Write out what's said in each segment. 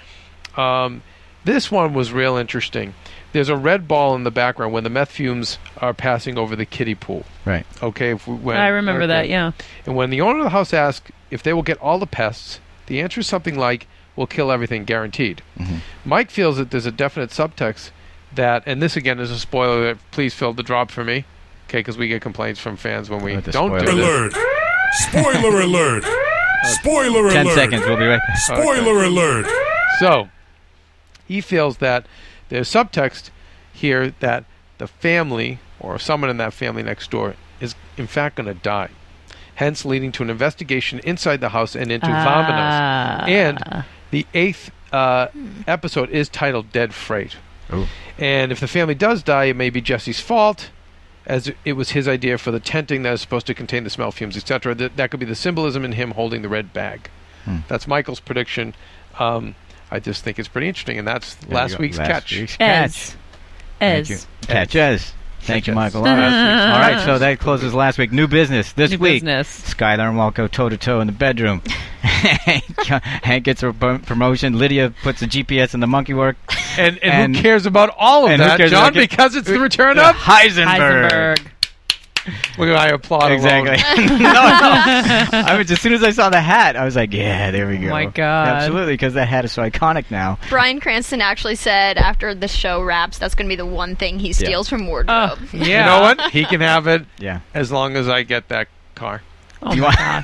um, This one was real interesting. There's a red ball in the background when the meth fumes are passing over the kiddie pool. Right. Okay, if we uh, went, I remember that, okay. yeah. And when the owner of the house asks if they will get all the pests, the answer is something like, "We'll kill everything, guaranteed." Mike feels that there's a definite subtext that, and this again is a spoiler. That please fill the drop for me, okay? Because we get complaints from fans when we With the don't do spoiler. Alert! this. Spoiler alert! Spoiler Ten alert! seconds. We'll be right. back. Spoiler alert! So he feels that there's subtext here that the family or someone in that family next door is in fact going to die. Hence, leading to an investigation inside the house and into Ah. Vominos. And the eighth uh, episode is titled Dead Freight. Oh. And if the family does die, it may be Jesse's fault, as it was his idea for the tenting that is supposed to contain the smell fumes, etc. That, that could be the symbolism in him holding the red bag. Hmm. That's Michael's prediction. Um, I just think it's pretty interesting, and that's There we last go. week's Last catch. week's catch. Ez. Thank you. Ez. Catch us. Thank you, us. Michael. All right. All right, so that closes last week. New business this New week. business. Skylar and Walt go toe to toe in the bedroom. Hank, Hank gets a pro- promotion. Lydia puts the GPS in the monkey work. And, and, And- who cares about all of and who that, cares John? about- because it's the return of Heisenberg. Heisenberg. Look at I applaud alone. Exactly. no, no. I was as soon as I saw the hat, I was like, yeah, there we go. Oh my God. Absolutely, because that hat is so iconic now. Brian Cranston actually said after the show wraps, that's going to be the one thing he steals from Oh, wardrobe. You know what? He can have it Yeah. as long as I get that car. Oh you my want God.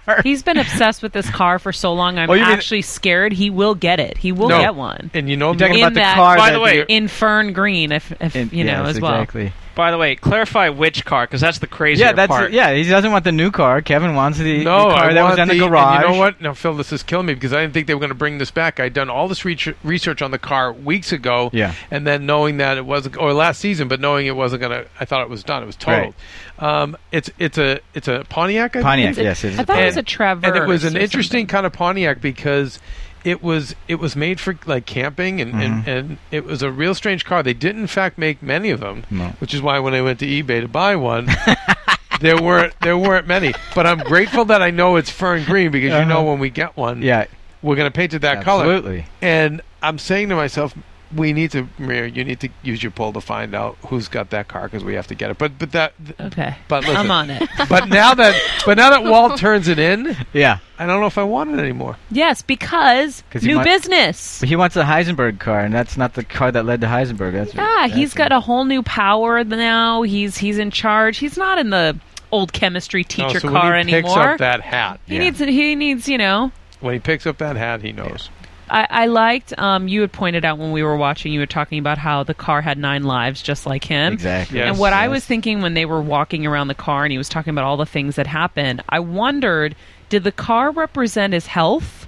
the car? He's been obsessed with this car for so long. I'm Oh, you mean- actually scared he will get it. He will No. get one And you know You're talking In about the that- car. By that the way, in Fern Green, if, if in- you know yes, as well. Exactly. By the way, clarify which car, because that's the crazier Yeah, that's part. yeah. He doesn't want the new car. Kevin wants the, the no, car I that want was in the, and garage. you know what? Now, Phil, this is killing me because I didn't think they were going to bring this back. I'd done all this reach- research on the car weeks ago, Yeah. and then knowing that it wasn't, or last season, but knowing it wasn't going to, I thought it was done. It was totaled. Um, it's it's a it's a Pontiac. I Pontiac. think? Yes, it is. I a thought it was Pontiac. a Traverse. and it was an or interesting kind of Pontiac because it was it was made for like camping and, Mm-hmm. and, and it was a real strange car. They did in fact make many of them, No. which is why when I went to eBay to buy one. there weren't there weren't many, but I'm grateful that I know it's fern green because you know Uh-huh. when we get one, yeah, we're going to paint it that color. absolutely. And I'm saying to myself, we need to, Maria, you need to use your poll to find out who's got that car because we have to get it. But but that, Uh, something. Okay, but listen, I'm on it. but now that but now that Walt turns it in, Yeah, I don't know if I want it anymore. Yes, because 'Cause you new might- business. but he wants a Heisenberg car, and that's not the car that led to Heisenberg. That's Yeah, that's he's got a whole new power now. He's he's in charge. He's not in the old chemistry teacher Oh, so car when he anymore. Picks up that hat. He needs he needs you know. When he picks up that hat, he knows. I, I liked um, you had pointed out when we were watching. You were talking about how the car had nine lives, just like him. exactly. Yeah. And Yes, what I yes. was thinking when they were walking around the car and he was talking about all the things that happened, I wondered, did the car represent his health?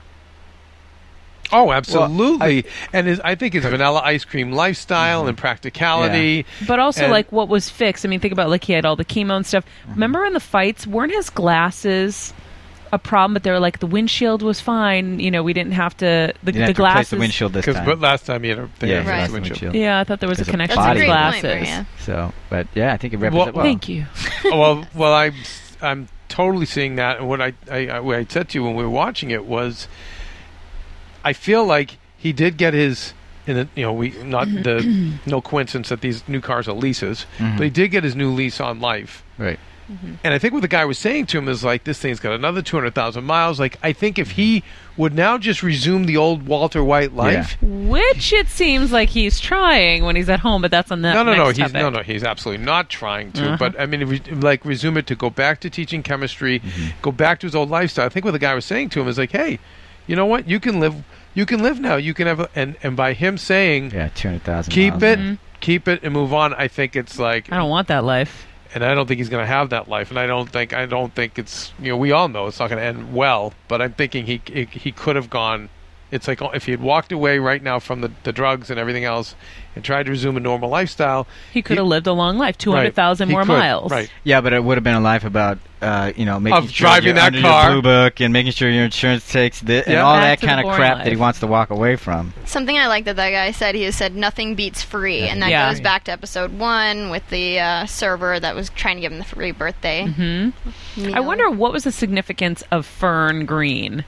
Oh, absolutely. and his, I think his vanilla ice cream lifestyle and practicality. But also, And- like, what was fixed? I mean, think about like he had all the chemo and stuff. Remember in the fights, weren't his glasses a problem? But they were like the windshield was fine. You know, we didn't have to the, You didn't the have to replace glasses. the windshield this Because time. last time he had a thing yeah, on his Right. right. windshield. windshield. Yeah, I thought there was a There's a connection That's a Body to great glasses. point, Maria. So, but yeah, I think it represents Well- well. Thank you. well, well, I'm s- I'm totally seeing that, and what I, I I- what I said to you when we were watching it was, I feel like he did get his. In the, you know, we not the no coincidence that these new cars are leases, but he did get his new lease on life. Right. And I think what the guy was saying to him is like, this thing's got another two hundred thousand miles. Like, I think if he would now just resume the old Walter White life, Which it seems like he's trying when he's at home, but that's on that. no, no, next no, he's topic. Uh-huh. no, no, he's absolutely not trying to. But I mean, if we, like resume it to go back to teaching chemistry, Mm-hmm. go back to his old lifestyle. I think what the guy was saying to him is like, hey, you know what? You can live. You can live now. You can have. A, and and by him saying, Yeah, two hundred thousand. Mm-hmm. keep it, Mm-hmm. keep it, and move on. I think it's like, I don't want that life. and I don't think he's going to have that life. And I don't think I don't think it's you know we all know it's not going to end well. But I'm thinking he he, he could have gone. It's like oh, if he had walked away right now from the, the drugs and everything else and tried to resume a normal lifestyle, He could have lived a long life, two Right. hundred thousand He more could, miles. Right. Yeah, but it would have been a life about uh, you know making Of sure driving you're that under car. your blue book and making sure your insurance takes this and Yeah. all that Back to the kind of boring crap that he life. wants to walk away from. Something I like that that guy said, he said, nothing beats free. And that Yeah. goes back to episode one with the uh, server that was trying to give him the free birthday. I wonder what was the significance of Fern Green.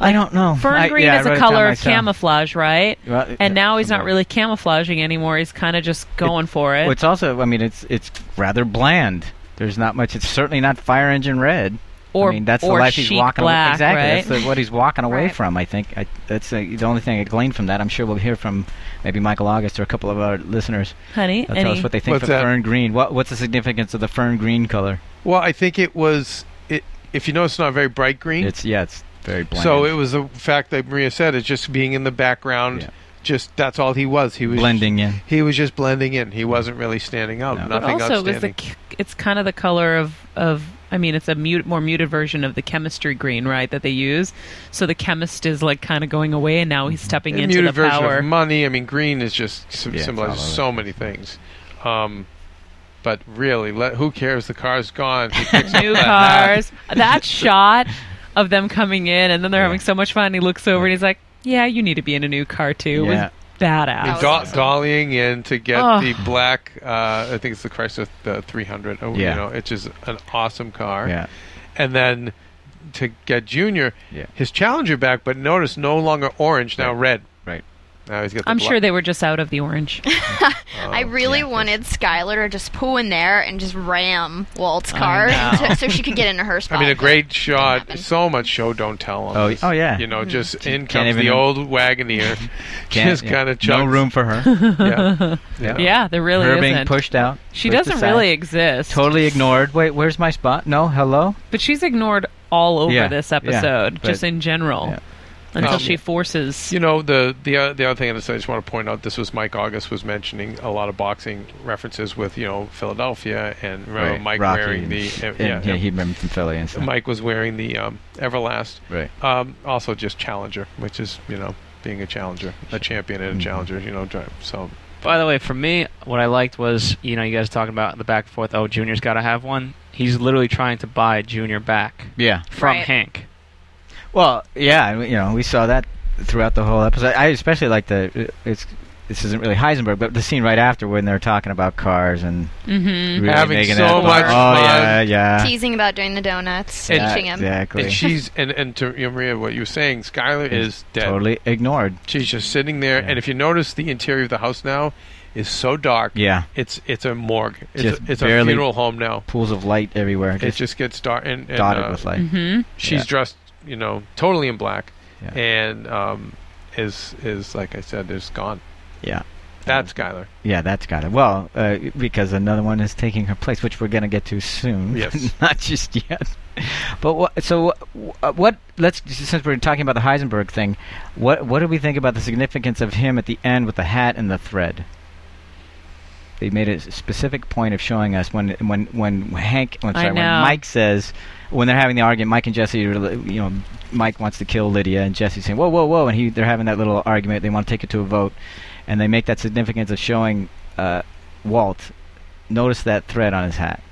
I don't know. Fern I- green yeah, I is a wrote it down color of myself. camouflage, right? Well, yeah, and now he's not somewhere. really camouflaging anymore. He's kind of just going for it. Well, it's also, I mean, it's it's rather bland. There's not much. It's certainly not fire engine red. or I mean, that's the or life sheep he's walking away. black, Exactly, right? that's the, what he's walking away Right. from. I think I, that's uh, the only thing I gleaned from that. I'm sure we'll hear from maybe Michael August or a couple of our listeners. Honey, They'll tell any, us what they think What's of that? fern green. What, what's the significance of the fern green color? Well, I think it was it. If you notice, it's not very bright green. It's yeah, it's very bland. so it was the fact that Maria said it's just being in the background. Yeah. Just that's all he was. He was blending in. He was just blending in. He wasn't really standing out. No. but Nothing also it was the outstanding. c- it's kind of the color of of I mean, it's a mute, more muted version of the chemistry green, right? That they use. So the chemist is like kind of going away, and now he's stepping A into muted the version power. of money. I mean, green is just sim- Yeah, it's symbolizes all over. so many things. Um, but really, let, who cares? The car's gone. He picks up New that hat. cars. that shot of them coming in, and then they're having so much fun. He looks over and he's like, "Yeah, you need to be in a new car too." It Yeah. was badass. was Do- awesome. dollying in to get Oh. the black. Uh, I think it's the Chrysler the 300. Oh, Yeah. you know, it's just an awesome car. Yeah. And then to get Junior, Yeah. his Challenger back, but notice no longer orange, now red. Right. Now he's got. The I'm sure black. they were just out of the orange. Oh, I really wanted Skylar to just pull in there and just ram Walt's car to- so she could get into her spot. I mean, a great shot. happen. So much show don't tell him. Oh, oh, yeah. You know, just in Can't comes even- the old Wagoneer. Can't- just yeah. kind of no room for her. Yeah. yeah, there really her isn't. being pushed out. she pushed doesn't aside, really exist. Totally ignored. Wait, where's my spot? No, hello. But she's ignored all over Yeah, this yeah, episode, but- just in general, Yeah. until Um, she forces. You know the the uh, the other thing I just, I just want to point out. This was Mike August was mentioning a lot of boxing references with you know Philadelphia and remember Right, Mike Rocky wearing and- the uh, and, yeah, yeah, he remembered from Philly and stuff. Mike was wearing the um, Everlast. Right. Um, also just Challenger, which is you know being a challenger, a champion Mm-hmm. and a challenger. You know, drive, so By the way, for me, what I liked was you know you guys talking about the back and forth. Oh, Junior's got to have one. He's literally trying to buy Junior back Yeah. from Right. Hank. Well, yeah, I mean, you know, we saw that throughout the whole episode. I especially like the uh, it's this isn't really Heisenberg, but the scene right after when they're talking about cars and Mhm. really Having making so that- much oh, fun. yeah, yeah, teasing about doing the donuts, Yeah, teaching him. exactly. and she's and and to you know, Maria, what you were saying, Skylar is dead. totally ignored. She's just sitting there, and if you notice, the interior of the house now is so dark. Yeah, It's it's a morgue. It's, Just a, it's a barely- funeral home now. pools of light everywhere, It just, just gets dark, and, and dotted uh, with light. Mm-hmm. she's yeah. dressed, you know, totally in black, Yeah. and um, is is like I said, is gone. Yeah, That's Skylar. yeah, that's got it. Well, uh, because another one is taking her place, which we're gonna get to soon. Yes. not just yet. But what, so wh- uh, what? Let's since we're talking about the Heisenberg thing, what what do we think about the significance of him at the end with the hat and the thread? They made a s- specific point of showing us when when when Hank, when, I sorry, when know. Mike says when they're having the argument, Mike and Jesse, are li- you know, Mike wants to kill Lydia, and Jesse's saying whoa whoa whoa, and he they're having that little argument. They want to take it to a vote, and they make that significance of showing uh, Walt notice that thread on his hat.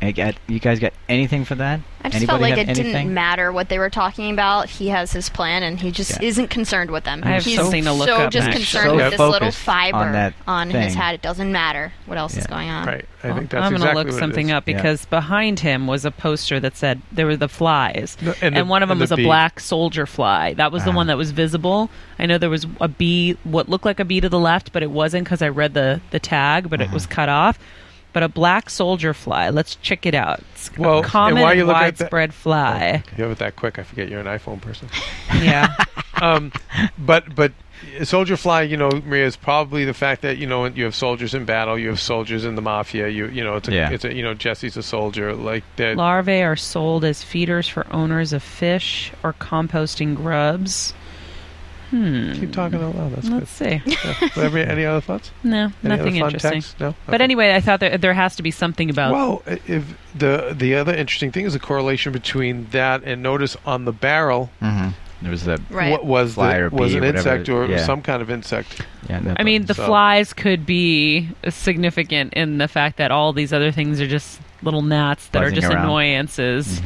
And it got- you guys got anything for that? I just Anybody felt like have it anything? didn't matter what they were talking about. He has his plan, and he just Yeah. isn't concerned with them. I have He's something to look so up just next. concerned So with this little focused fiber on that his thing. hat. It doesn't matter what else is Yeah. going on. Right. I Well, think that's I'm exactly gonna look what it something is. up Yeah. because behind him was a poster that said there were the flies, No, and, and the- one of them and was the a bee. black soldier fly. That was the Ah. one that was visible. I know there was a bee, what looked like a bee to the left, but it wasn't because I read the the tag, but Uh-huh. it was cut off. But a black soldier fly. Let's check it out. It's a Well, and common while you look at that- widespread fly. You have it that quick. I forget you're an iPhone person. yeah. um, but but soldier fly, you know, Maria is probably the fact that you know you have soldiers in battle, you have soldiers in the mafia. You you know it's a, Yeah. it's a you know Jesse's a soldier like that. Larvae are sold as feeders for owners of fish or composting grubs. Hmm. Keep talking out loud. That's good. Let's see. Yeah. Whatever, any other thoughts? No, Any nothing other fun interesting. Text? No. But Okay. anyway, uh, I thought there, there has to be something about Well, i- if the the other interesting thing is the correlation between that and notice on the barrel Mm-hmm. There was the Right. what was Fly the, or was bee an or whatever insect it- or yeah. some kind of insect. yeah. I mean, the So- flies could be significant in the fact that all these other things are just little gnats that are Buzzing just around. annoyances.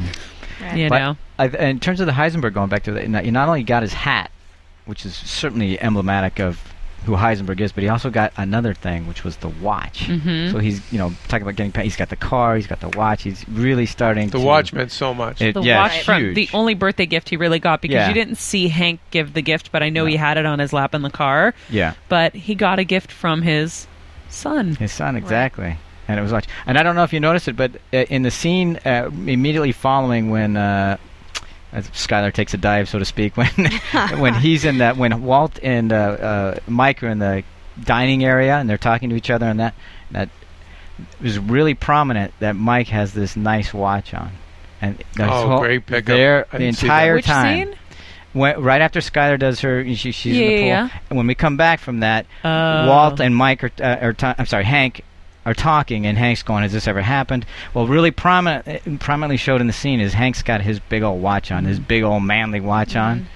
Right. You But know, I, th- in terms of the Heisenberg, going back to that, you not- you not only got his hat, which is certainly emblematic of who Heisenberg is, but he also got another thing, which was the watch. Mm-hmm. So he's, you know, talking about getting. pa- He's got the car. He's got the watch. He's really starting. The to, watch meant so much. It- The yeah, watch it's from huge. the only birthday gift he really got because Yeah. you didn't see Hank give the gift, but I know he had it on his lap in the car. yeah, But he got a gift from his son. his son exactly. And it was watch. And I don't know if you noticed it, but uh, in the scene uh, immediately following when. Uh, as Skylar takes a dive, so to speak, when when he's in that when Walt and uh, uh, Mike are in the dining area and they're talking to each other, and that that is really prominent that Mike has this nice watch on, and that's Oh, whole- great pickup. There, I the didn't see that. entire Which time, scene? when, right after Skylar does her, she, she's in the Yeah, pool. yeah, yeah. And when we come back from that, Oh. Uh, Walt and Mike are, uh, are ta- I'm sorry, Hank are talking, and Hank's going, "Has this ever happened?" Well, really prominent, uh, prominently showed in the scene is Hank's got his big old watch on, Mm-hmm. his big old manly watch on.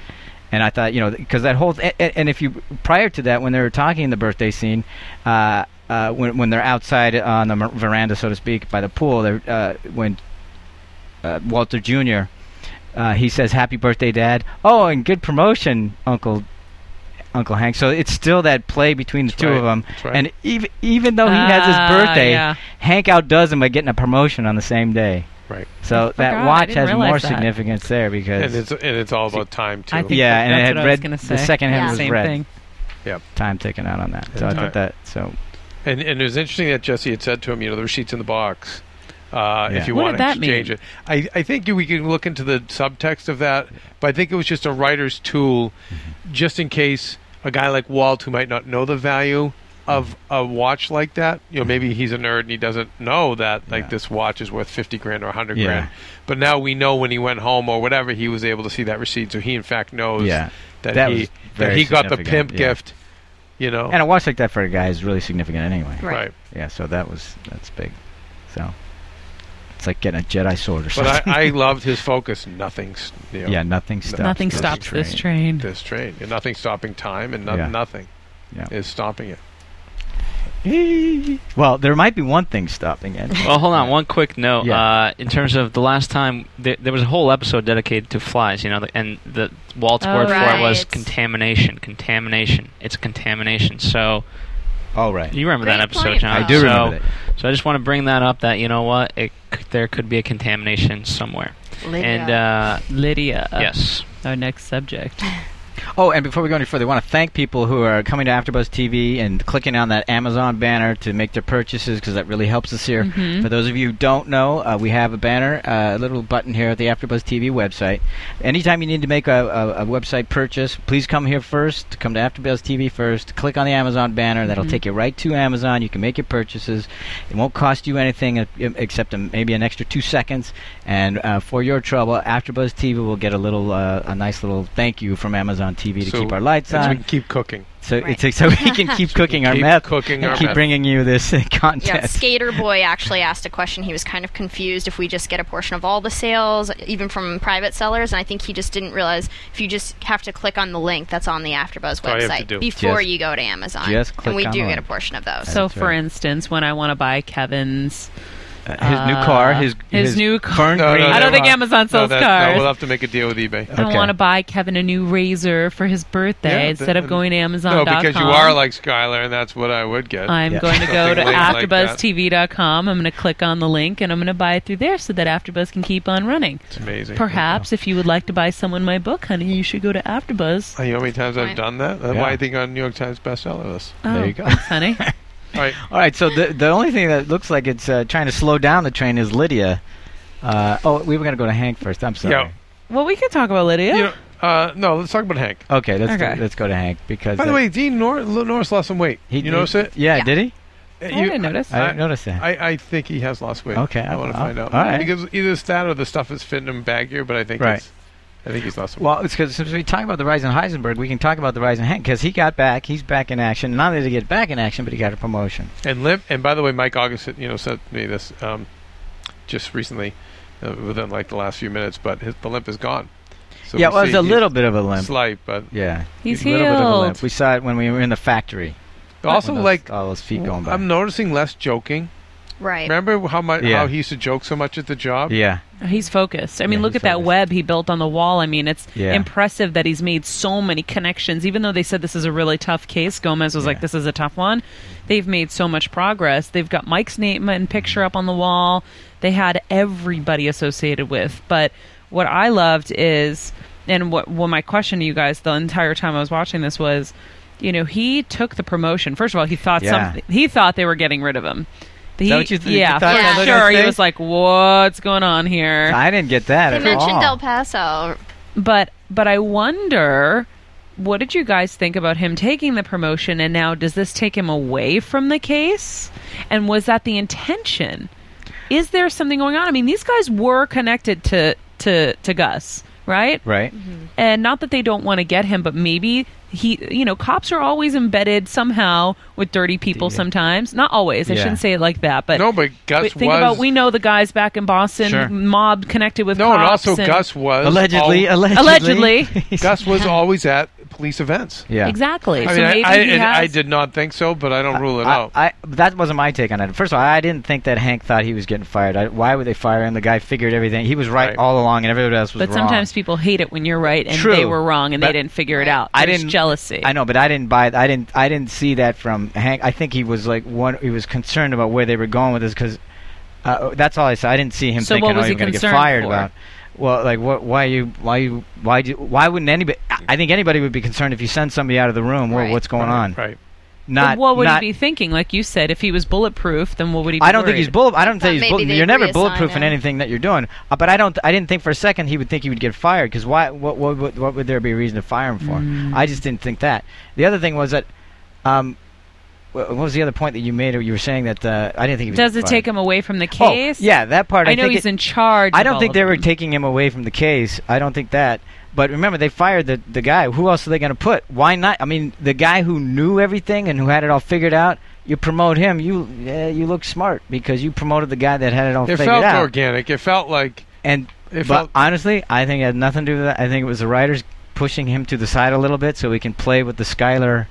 And I thought, you know, because that whole th- and, and if you prior to that, when they were talking in the birthday scene, uh, uh, when when they're outside on the mer- veranda, so to speak, by the pool, they're, uh, when uh, Walter Jr. Uh, he says, "Happy birthday, Dad!" Oh, and good promotion, Uncle Uncle Hank. So it's still that play between the That's two right. of them. That's right. And even even though Oh, he has his Ah, birthday, yeah. Hank outdoes him by getting a promotion on the same day. Right. So I that forgot. I watch didn't has realize more that. significance there and because it's and it's all about time too. I think yeah, and that's it had what I was red. gonna The say. second half Yeah. was Same red. thing. Time ticking out on that. So I And thought that. So And, and it was interesting that Jesse had said to him, you know, the receipt's in the box. Uh, Yeah. If you What want did to that exchange mean? it, I, I think we can look into the subtext of that, but I think it was just a writer's tool, Mm-hmm. just in case a guy like Walt, who might not know the value Mm-hmm. of a watch like that, you know, maybe he's a nerd and he doesn't know that like Yeah. this watch is worth fifty grand or hundred Yeah. grand, but now we know when he went home or whatever, he was able to see that receipt, so he in fact knows Yeah. that, That he was that very he got the significant, pimp yeah. gift, you know, and a watch like that for a guy is really significant anyway. Right. right. Yeah. So that was that's big. So it's like getting a Jedi sword or something. But I, I loved his focus. Nothing's you know, yeah. Nothing stops. Nothing this stops this train. this train. And nothing stopping time, and no, Yeah. nothing Yeah. is stopping it. Well, there might be one thing stopping it. Well, hold on. One quick note. Yeah. Uh, in terms of the last time, there, there was a whole episode dedicated to flies. You know, the, and the Walt's Oh, word for it was right. contamination. Contamination. It's a contamination. So All right. you remember that Great episode, point, John? I do so, remember that. So I just want to bring that up. That you know what, it, c- there could be a contamination somewhere. And uh, Lydia. yes, Our next subject. Oh, and before we go any further, I want to thank people who are coming to AfterBuzz TV and clicking on that Amazon banner to make their purchases because that really helps us here. For those of you who don't know, uh, we have a banner, uh, a little button here at the AfterBuzz TV website. Anytime you need to make a, a, a website purchase, please come here first. Come to AfterBuzz TV first. Click on the Amazon banner. That'll Mm-hmm. take you right to Amazon. You can make your purchases. It won't cost you anything uh, except um, maybe an extra two seconds. And uh, for your trouble, AfterBuzz TV will get a little, uh, a nice little thank you from Amazon TV to So- keep our lights And so we can on. keep cooking. So Right. it's so we can keep cooking our keep meth. cooking and our keep meth. bringing you this uh, content. Yeah, Skater Boy actually asked a question. He was kind of confused if we just get a portion of all the sales, even from private sellers, and I think he just didn't realize if you just have to click on the link that's on the AfterBuzz all you have to website do. before Just- you go to Amazon, just click and we on do the get a link. portion of those. So, for right. instance, when I want to buy Kevin's, Uh, his new car, his his new car. Fern No, green. no, I don't no, think no. Amazon sells no, that- cars. No, we'll have to make a deal with eBay. I Okay. want to buy Kevin a new razor for his birthday Yeah, instead that- of going to No, Amazon.com. because you are like Skylar, and that's what I would get. I'm Yeah. going to go to Something like that. AfterBuzzTV.com. I'm going to click on the link and I'm going to buy it through there so that AfterBuzz can keep on running. it's amazing. Perhaps if you would like to buy someone my book, honey, you should go to AfterBuzz. Oh, you know how many times I've Right. done that? That's Yeah. why I think on New York Times bestseller list. There oh, you go. Thanks, honey. All right. All right, so the the only thing that looks like it's uh, trying to slow down the train is Lydia. Uh, oh, we were going to go to Hank first. I'm sorry. Yeah. well, we can talk about Lydia. You know, uh, no, let's talk about Hank. Okay, let's Okay. Go, let's go to Hank because. By the uh, way, Dean Nor- Norris lost some weight. he, you notice it? Yeah, Yeah. did he? I didn't notice. I didn't notice that. I, I think he has lost weight. Okay, I, I- want to I'll- find out. all right. Because either it's that or the stuff is fitting him baggier, but I think Right. it's, I think he's lost some weight. Well, it's because since we talk about the rise in Heisenberg, we can talk about the rise in Hank because he got back. He's back in action. Not only did he get back in action, but he got a promotion. And limp. And by the way, Mike August, you know, sent me this um, just recently, uh, within like the last few minutes. But his, the limp is gone. So yeah, we well, it was see a he's little bit of a limp. slight, but Yeah, He's a little bit of a limp. healed. We saw it when we were in the factory. also When those- like all those feet going by. I'm noticing less joking. Right. Remember how much Yeah. how he used to joke so much at the job? Yeah. He's focused. I mean, Yeah, look he's at that focused. web he built on the wall. I mean, it's Yeah. impressive that he's made so many connections. Even though they said this is a really tough case, Gomez was like, "This is a tough one." They've made so much progress. They've got Mike's name and picture up on the wall. They had everybody associated with. But what I loved is, and what well, my question to you guys the entire time I was watching this was, you know, he took the promotion. First of all, he thought Yeah. something. He thought they were getting rid of him. He, that what you th- you yeah, thought that for was sure. gonna He say? was like, "What's going on here?" I didn't get that They at all. mentioned El Paso. but but I wonder what did you guys think about him taking the promotion and now does this take him away from the case and was that the intention is there something going on I mean these guys were connected to to to Gus right Right. and not that they don't want to get him but maybe he you know cops are always embedded somehow with dirty people Yeah. sometimes not always I Yeah. shouldn't say it like that but No, but Gus but think was about we know the guys back in Boston Sure. mob connected with No, and cops also Gus was Allegedly, al- allegedly. Allegedly. Gus was always at police events. yeah. Exactly. I so mean, I- maybe I, he and has, I did not think so, but I don't rule it I- out. I, that wasn't my take on it. First of all, I didn't think that Hank thought he was getting fired. I, why would they fire him? The guy figured everything. He was right, Right. all along, and everybody else was But wrong. sometimes people hate it when you're right and True. they were wrong and But they didn't figure it out. I There's didn't- jealousy. I know, but I didn't buy. I didn't. I didn't see that from Hank. I think he was like one. He was concerned about where they were going with this because uh, that's all I saw. I didn't see him So thinking, what "Oh, was he you're going to get concerned fired for? about." Well, like, what? Why you? Why you? Why do? Why wouldn't anybody? I I think anybody would be concerned if you send somebody out of the room. Well, Right. what's going on? Right. But Not. what would not- he be thinking? Like you said, if he was bulletproof, then what would he be I don't think he's worried? bullet. I don't Thought think he's maybe bullet. they'd You're never reassign bulletproof in him. anything that you're doing. Uh, but I don't. I didn't think for a second he would think he would get fired. Because why? What, what, what? What would there be a reason to fire him for? I just didn't think that. The other thing was that. Um, wh- what was the other point that you made? Or you were saying that uh, I didn't think he was. Does getting it take fired. him away from the case? Oh, yeah, that part. I, I know think he's it- in charge. I of don't all think of they were them. taking him away from the case. I don't think that. But remember, they fired the, the guy. Who else are they going to put? Why not? I mean, the guy who knew everything and who had it all figured out. You promote him. You uh, you look smart because you promoted the guy that had it all It figured felt out. organic. It felt like And but It felt- honestly, I think it had nothing to do with that. I think it was the writers pushing him to the side a little bit so we can play with the Skyler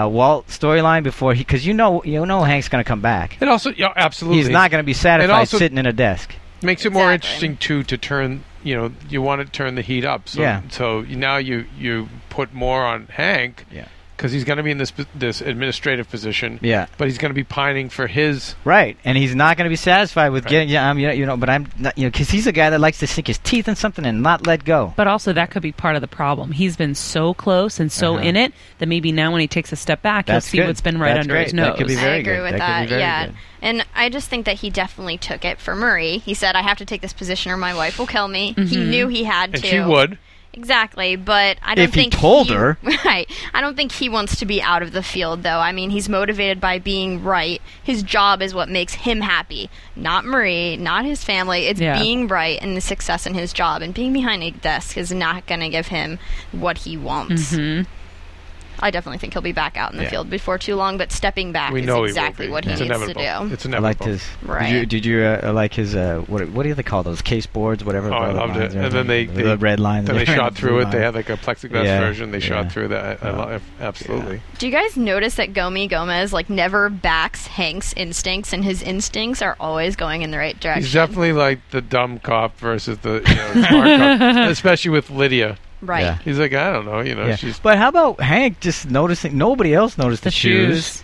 uh, Walt storyline before he because you know you know Hank's going to come back. it also yeah, absolutely He's not going to be satisfied also- sitting in a desk. makes it more Exactly. interesting too to turn you know you want to turn the heat up. So Yeah. so now you you put more on Hank Yeah. because he's going to be in this p- this administrative position. Yeah. But he's going to be pining for his Right, and he's not going to be satisfied with Right. getting. Yeah, I'm, you know, you know, but I'm not, you know, because he's a guy that likes to sink his teeth in something and not let go. But also, that could be part of the problem. He's been so close and so Uh-huh. in it that maybe now when he takes a step back, That's he'll see good. what's been right That's under great. his nose. That could be I very agree good. with That could that. be very yeah. good. And I just think that he definitely took it for Murray. He said, I have to take this position or my wife will kill me. He Mm-hmm. knew he had and to. she would. Exactly, but I don't If he think told her. Right, I don't think he wants to be out of the field, though. I mean, he's motivated by being right. His job is what makes him happy, not Marie, not his family. It's Yeah. being right and the success in his job, and being behind a desk is not going to give him what he Mm-hmm. wants. Mm-hmm. I definitely think he'll be back out in the Yeah. field before too long, but stepping back We is know exactly he will what be. he it's needs inevitable. to do. It's I inevitable. liked his. Right. Did you, did you uh, like his? Uh, what what do they call those case boards? Whatever. Oh, I the loved it. lines are, And then they- the they- red lines. Then they there and shot the through blue it. They line. had like a plexiglass Yeah, version. They yeah. shot through that. I, I Yeah. lo- absolutely. Do you guys notice that Gomi Gomez like never backs Hank's instincts, and his instincts are always going in the right direction? He's definitely like the dumb cop versus the you know, smart cop, especially with Lydia. right. Yeah. He's like, I don't know, you know, Yeah. uh, she's But how about Hank just noticing? Nobody else noticed the, The shoes.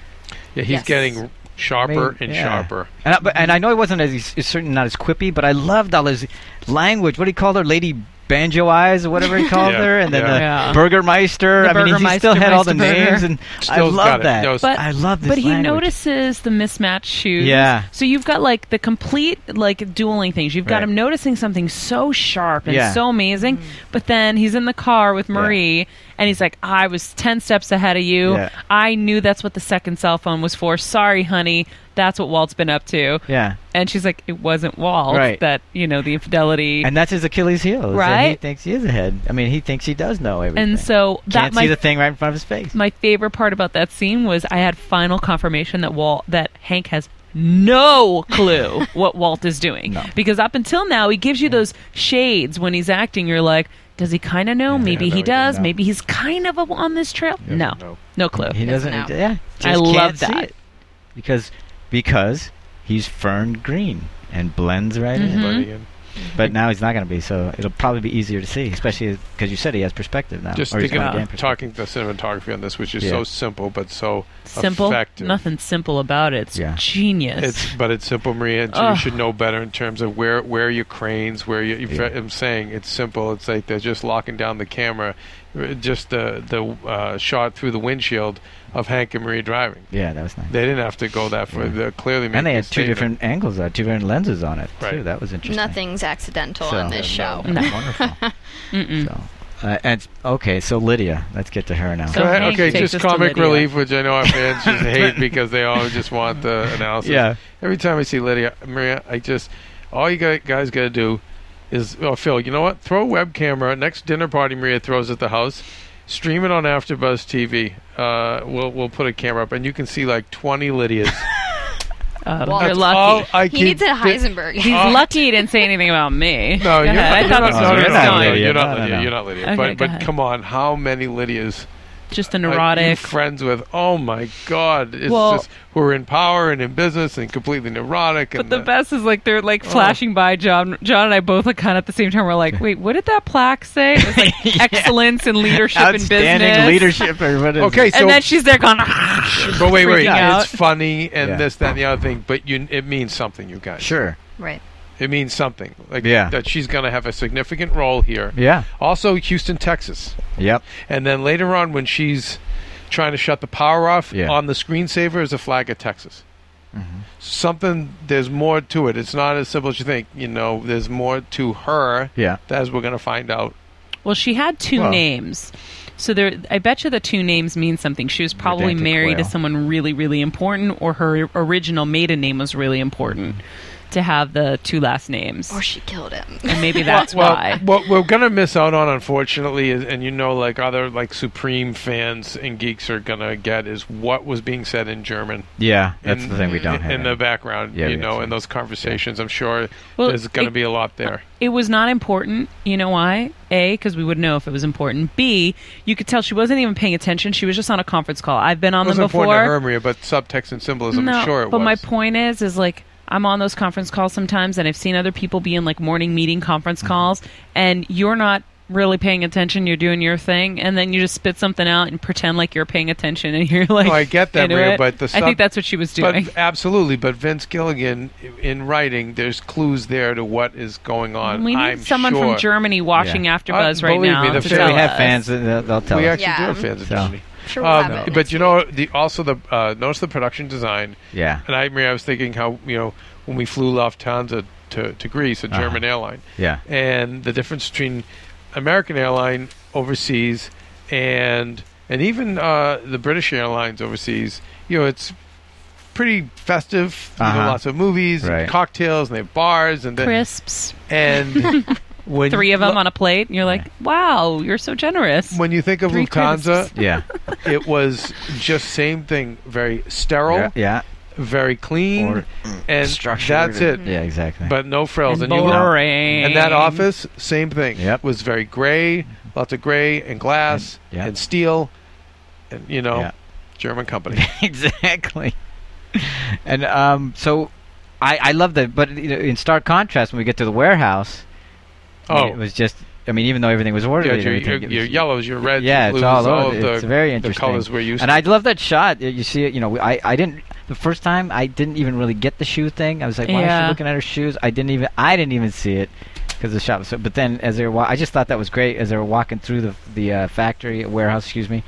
yeah, he's Yes. getting sharper Maybe- and yeah. sharper. And I, but, and I know he wasn't as he's certainly not as quippy, but I loved all his language. What do you call her, Lady Banjo Eyes or whatever he called Yeah, her, and then yeah. the Yeah. Burgermeister. The I mean, he still Burgermeister, had all the Meister names, Burger. and I Still's got love it. that. No, But- I love this. But he language. notices the mismatched shoes. Yeah. So you've got like the complete like dueling things. You've got Right. him noticing something so sharp and Yeah. so amazing, but then he's in the car with Marie and he's like, "I was ten steps ahead of you. Yeah. I knew that's what the second cell phone was for. Sorry, honey. That's what Walt's been up to." Yeah, And she's like, "It wasn't Walt Right. that you know the infidelity." and that's his Achilles heel. is that He Right? thinks he is ahead. I mean, he thinks he does know everything. And so that can't see might the thing right in front of his face. my favorite part about that scene was I had final confirmation that Walt that Hank has no clue what Walt is doing No. because up until now he gives you those shades when he's acting. You're like, does he kind of know? Maybe no, he he doesn't does. know. Maybe he's kind of a, on this trail. No, know. no clue. He doesn't. doesn't know. Yeah, I just love can't see that. it. because because he's fern green and blends Mm-hmm. right in. But again, But now he's not going to be, so it'll probably be easier to see, especially because you said he has perspective now. Just or he's thinking got a game about perspective. talking the cinematography on this, which is Yeah. so simple but so Simple. effective. Nothing simple about it. It's Yeah. genius. It's but it's simple, Maria. And you Ugh. should know better in terms of where where are your cranes, where you. If Yeah. I'm saying it's simple. It's like they're just locking down the camera, uh, just the the uh, shot through the windshield of Hank and Maria driving. Yeah, that was nice. They didn't have to go that far. Yeah. They're clearly and they making a had two statement. different angles, uh, two different lenses on it too. Right. That was interesting. Nothing's accidental on this show. no, that's wonderful. Mm-mm. So, uh, and okay, so Lydia, let's get to her now. So Go ahead. Hank Okay, takes just us to comic Lydia. relief, which I know our fans just hate because they all just want the analysis. yeah, Every time I see Lydia, Maria, I just all you guy- guys got to do is oh Phil, you know what? Throw a web camera next dinner party Maria throws at the house. Stream it on AfterBuzz TV. Uh, we'll we'll put a camera up, and you can see like twenty Lydias. Uh, Well, you're that's lucky. all I He needs a keep thi- Heisenberg. He's lucky he didn't say anything about me. No, Go you're ahead. not. I You're thought not, this was no, where no, it where was no, going. no, you're No, not no, Lydia. no. You're not Lydia. Okay, but go but ahead. come on, how many Lydias just a are you neurotic. friends with? Oh my God! It's Well- just who are in power and in business and completely neurotic. But and the best is like they're Oh. like flashing by John. John and I both like kind of at the same time. We're like, wait, what did that plaque say? It's like excellence in leadership and business. outstanding leadership. Or what is Okay, it? so And then she's there going. "Ah, But wait, freaking wait. out. It's funny and Yeah. this, that, and the other thing. But you, it means something, you guys. sure, right. It means something. Like Yeah. that she's going to have a significant role here. yeah, Also, Houston, Texas, yep, and then later on when she's trying to shut the power off Yeah. Mm-hmm. on the screensaver is a flag of Texas. Something there's more to it. It's not as simple as you think. You know, there's more to her yeah. as we're going to find out. Well, she had two Well. names. So there, I bet you the two names mean something. She was probably Redacted married quail. to someone really, really important, or her original maiden name was really important to have the two last names. Or she killed him. And maybe that's well, why. what we're going to miss out on, unfortunately, is, and you know, like other like Supreme fans and geeks are going to get is what was being said in German. Yeah, that's in, the thing we don't in, have. in the background. Yeah, we you have know, some. in those conversations, I'm sure Well, there's going to it- be a lot there. It was not important. You know why? A, because we would know if it was important. B, you could tell she wasn't even paying attention. She was just on a conference call. I've been on It was them um, important before. to her, Maria, but subtext and symbolism, I'm sure it but was. my point is, is like I'm on those conference calls sometimes, and I've seen other people be in like morning meeting Mm-hmm. conference calls, and you're not really paying attention. You're doing your thing, and then you just spit something out and pretend like you're paying attention, and you're like, No, I get that, into Maria, it. but the I sub- think that's what she was doing. But absolutely, but Vince Gilligan, i- in writing, there's clues there to what is going on. we need I'm someone sure. from Germany watching Yeah. after AfterBuzz Uh, right believe now. me, the to fact Sure, we tell have us. fans that they'll, they'll tell We us. actually do Yeah. have fans in So- Germany. Sure, we'll have Um, it next but you week. know, the, also the uh, notice the production design. Yeah, And I, Maria, I was thinking how you know when we flew Lufthansa to, to Greece, a Uh-huh. German airline. yeah, and the difference between American airline overseas and and even uh, the British airlines overseas, you know, it's pretty festive. You know, Uh-huh. lots of movies, Right. and cocktails, and they have bars and the, Crisps, and when three of them on a plate, and you're like, "Wow, you're so generous." when you think of Three Lufthansa, yeah, it was just same thing. Very sterile, yeah, yeah, very clean, Or- and structured. that's it. yeah, exactly. But no frills. and you look- boring. And that office, same thing. Yep. Was very gray, lots of gray and glass And- and, yeah. steel, and you know, Yeah. German company. exactly. And um, so I, I love that, but you know, in stark contrast, when we get to the warehouse, I mean, Oh, it was just. I mean, even though everything was yeah, orderly, and your, your, everything, it your was- yellows, your reds, yeah, your it's blues, all of over. the, it's very the interesting. colors we're used and to. I love that shot. You see it. You know, I, I didn't the first time. I didn't even really get the shoe thing. I was like, why is Yeah. she looking at her shoes? I didn't even. I didn't even see it because the shot was so. But then as they were, wa- I just thought that was great. As they were walking through the the uh, factory warehouse, excuse me,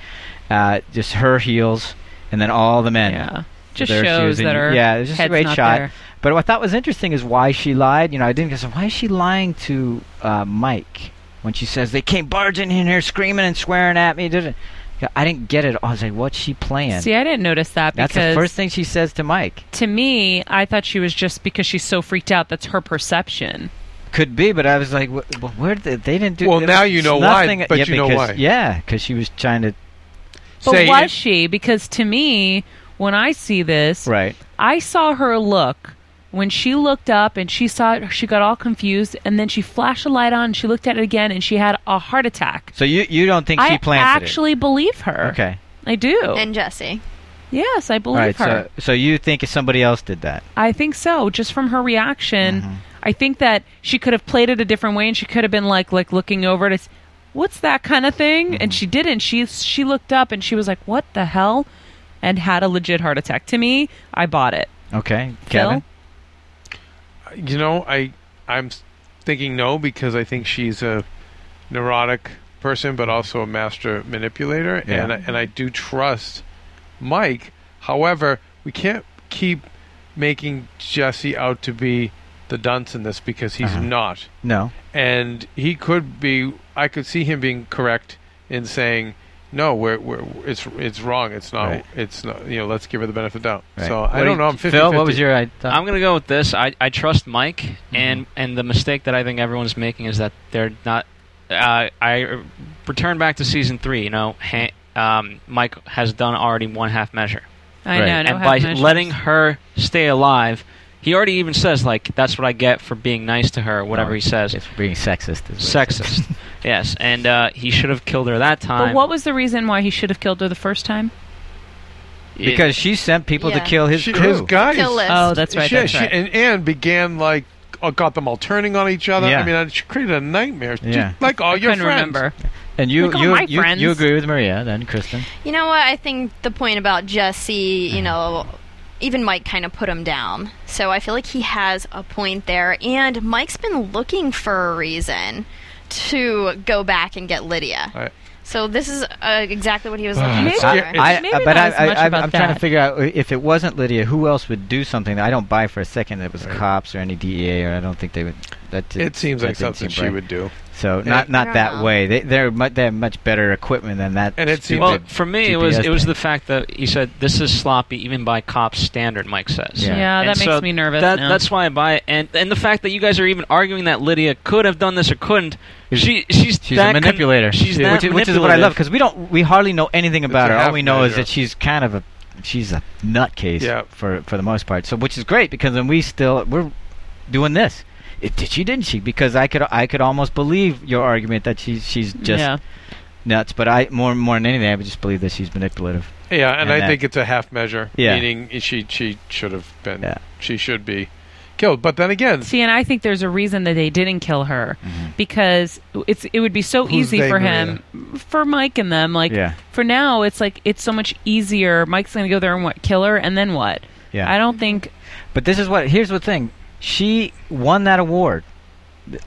uh, just her heels, and then all the men. yeah, with just their shows shoes. And that you- are yeah, it's just a heads great not shot. there. But what I thought was interesting is why she lied. You know, I didn't guess why is she lying to uh, Mike when she says they came barging in here screaming and swearing at me. Didn't I didn't get it. I was like, what's she playing? See, I didn't notice that That's the because first thing she says to Mike. to me, I thought she was just because she's so freaked out. That's her perception. Could be, but I was like, wh- wh- where did they didn't do? Well, there now was you know why, nothing- but yeah, you know because- why. Yeah, because she was trying to. But Say was it- she? Because to me, when I see this, Right. I saw her look when she looked up and she saw she got all confused, and then she flashed a light on. And she looked at it again, and she had a heart attack. So you you don't think she I planted actually believe her. it? Okay. I do. And Jesse. Yes, I believe All right, her. so so you think somebody else did that? I think so. Just from her reaction, Mm-hmm. I think that she could have played it a different way, and she could have been like, like looking over it. It's, What's that kind of thing? Mm-hmm. And she didn't. She she looked up and she was like, "What the hell?" and had a legit heart attack. To me, I bought it. Okay, Kevin. You know, I I'm s- thinking no because I think she's a neurotic person, but also a master manipulator, Yeah. and I- and I do trust Mike. However, we can't keep making Jesse out to be the dunce in this because he's Uh-huh. not. No. and he could be. I could see him being correct in saying, "No, we're, we're it's it's wrong. It's not. Right. It's not. You know, let's give her the benefit of the doubt." Right. So What I do don't you- know. I'm 50 Phil, what was your? I uh, thought- I'm gonna go with this. I, I trust Mike, Mm-hmm. and and the mistake that I think everyone's making is that they're not. Uh, I uh, return back to season three. You know, ha- um, Mike has done already one half measure, I Right. know. no and half by measures. letting her stay alive, he already even says like that's what I get for being nice to her. Whatever No, he says, It's being sexist. Is what it says. sexist. yes, and uh, he should have killed her that time. But what was the reason why he should have killed her the first time? It- Because she sent people to Yeah. kill his she, crew. his guys? Kill list. Oh, that's right. she, that's she- right. and, and began like uh, got them all turning on each other. Yeah. I mean, I- she created a nightmare. Yeah. Just like I all your couldn't friends. remember. and you Look at you my you, friends. you agree with Maria then, Kristen? You know what? I think the point about Jesse, you Mm-hmm. know, even Mike kind of put him down. So I feel like he has a point there. And Mike's been looking for a reason to go back and get Lydia. Right. So this is uh, exactly what he was looking Maybe- for. It's- I, Maybe but not I, as I, much I'm, about I'm trying to that. figure out i- if it wasn't Lydia, who else would do something that I don't buy for a second that it was cops or any DEA or I don't think they would. That did, It seems that like didn't something seem she right. would do. So Yeah. not I not don't that know. way. They they're mu- they have much better equipment than that. And it seems- stupid Well, for me, it was GPS it was thing. the fact that he said this is sloppy even by cop standard. Mike says, Yeah. Yeah, And Oh, that makes so me nervous. that- now. That's why I buy it, and and the fact that you guys are even arguing that Lydia could have done this or couldn't, she she's She's that a con- manipulator. she's Yeah, that which, is- which is what I love manipulative. because we don't we hardly know anything about a her. All half we know is measure. that she's kind of a she's a nutcase Yeah. for for the most part. So which is great because then we still we're doing this. It, did she? Didn't she? Because I could I could almost believe your argument that she's she's just yeah. nuts. But I more more than anything I would just believe that she's manipulative. Yeah, and, And I that- think it's a half measure. Yeah. Meaning she she should have been. Yeah. She should be killed. But then again, See, and I think there's a reason that they didn't kill her Mm-hmm. because it's it would be so Who's easy they, for him, for Mike and them. Like Yeah. for now, it's like it's so much easier. Mike's gonna go there and what kill her, and then what? Yeah. I don't think But this is what here's the thing. She won that award.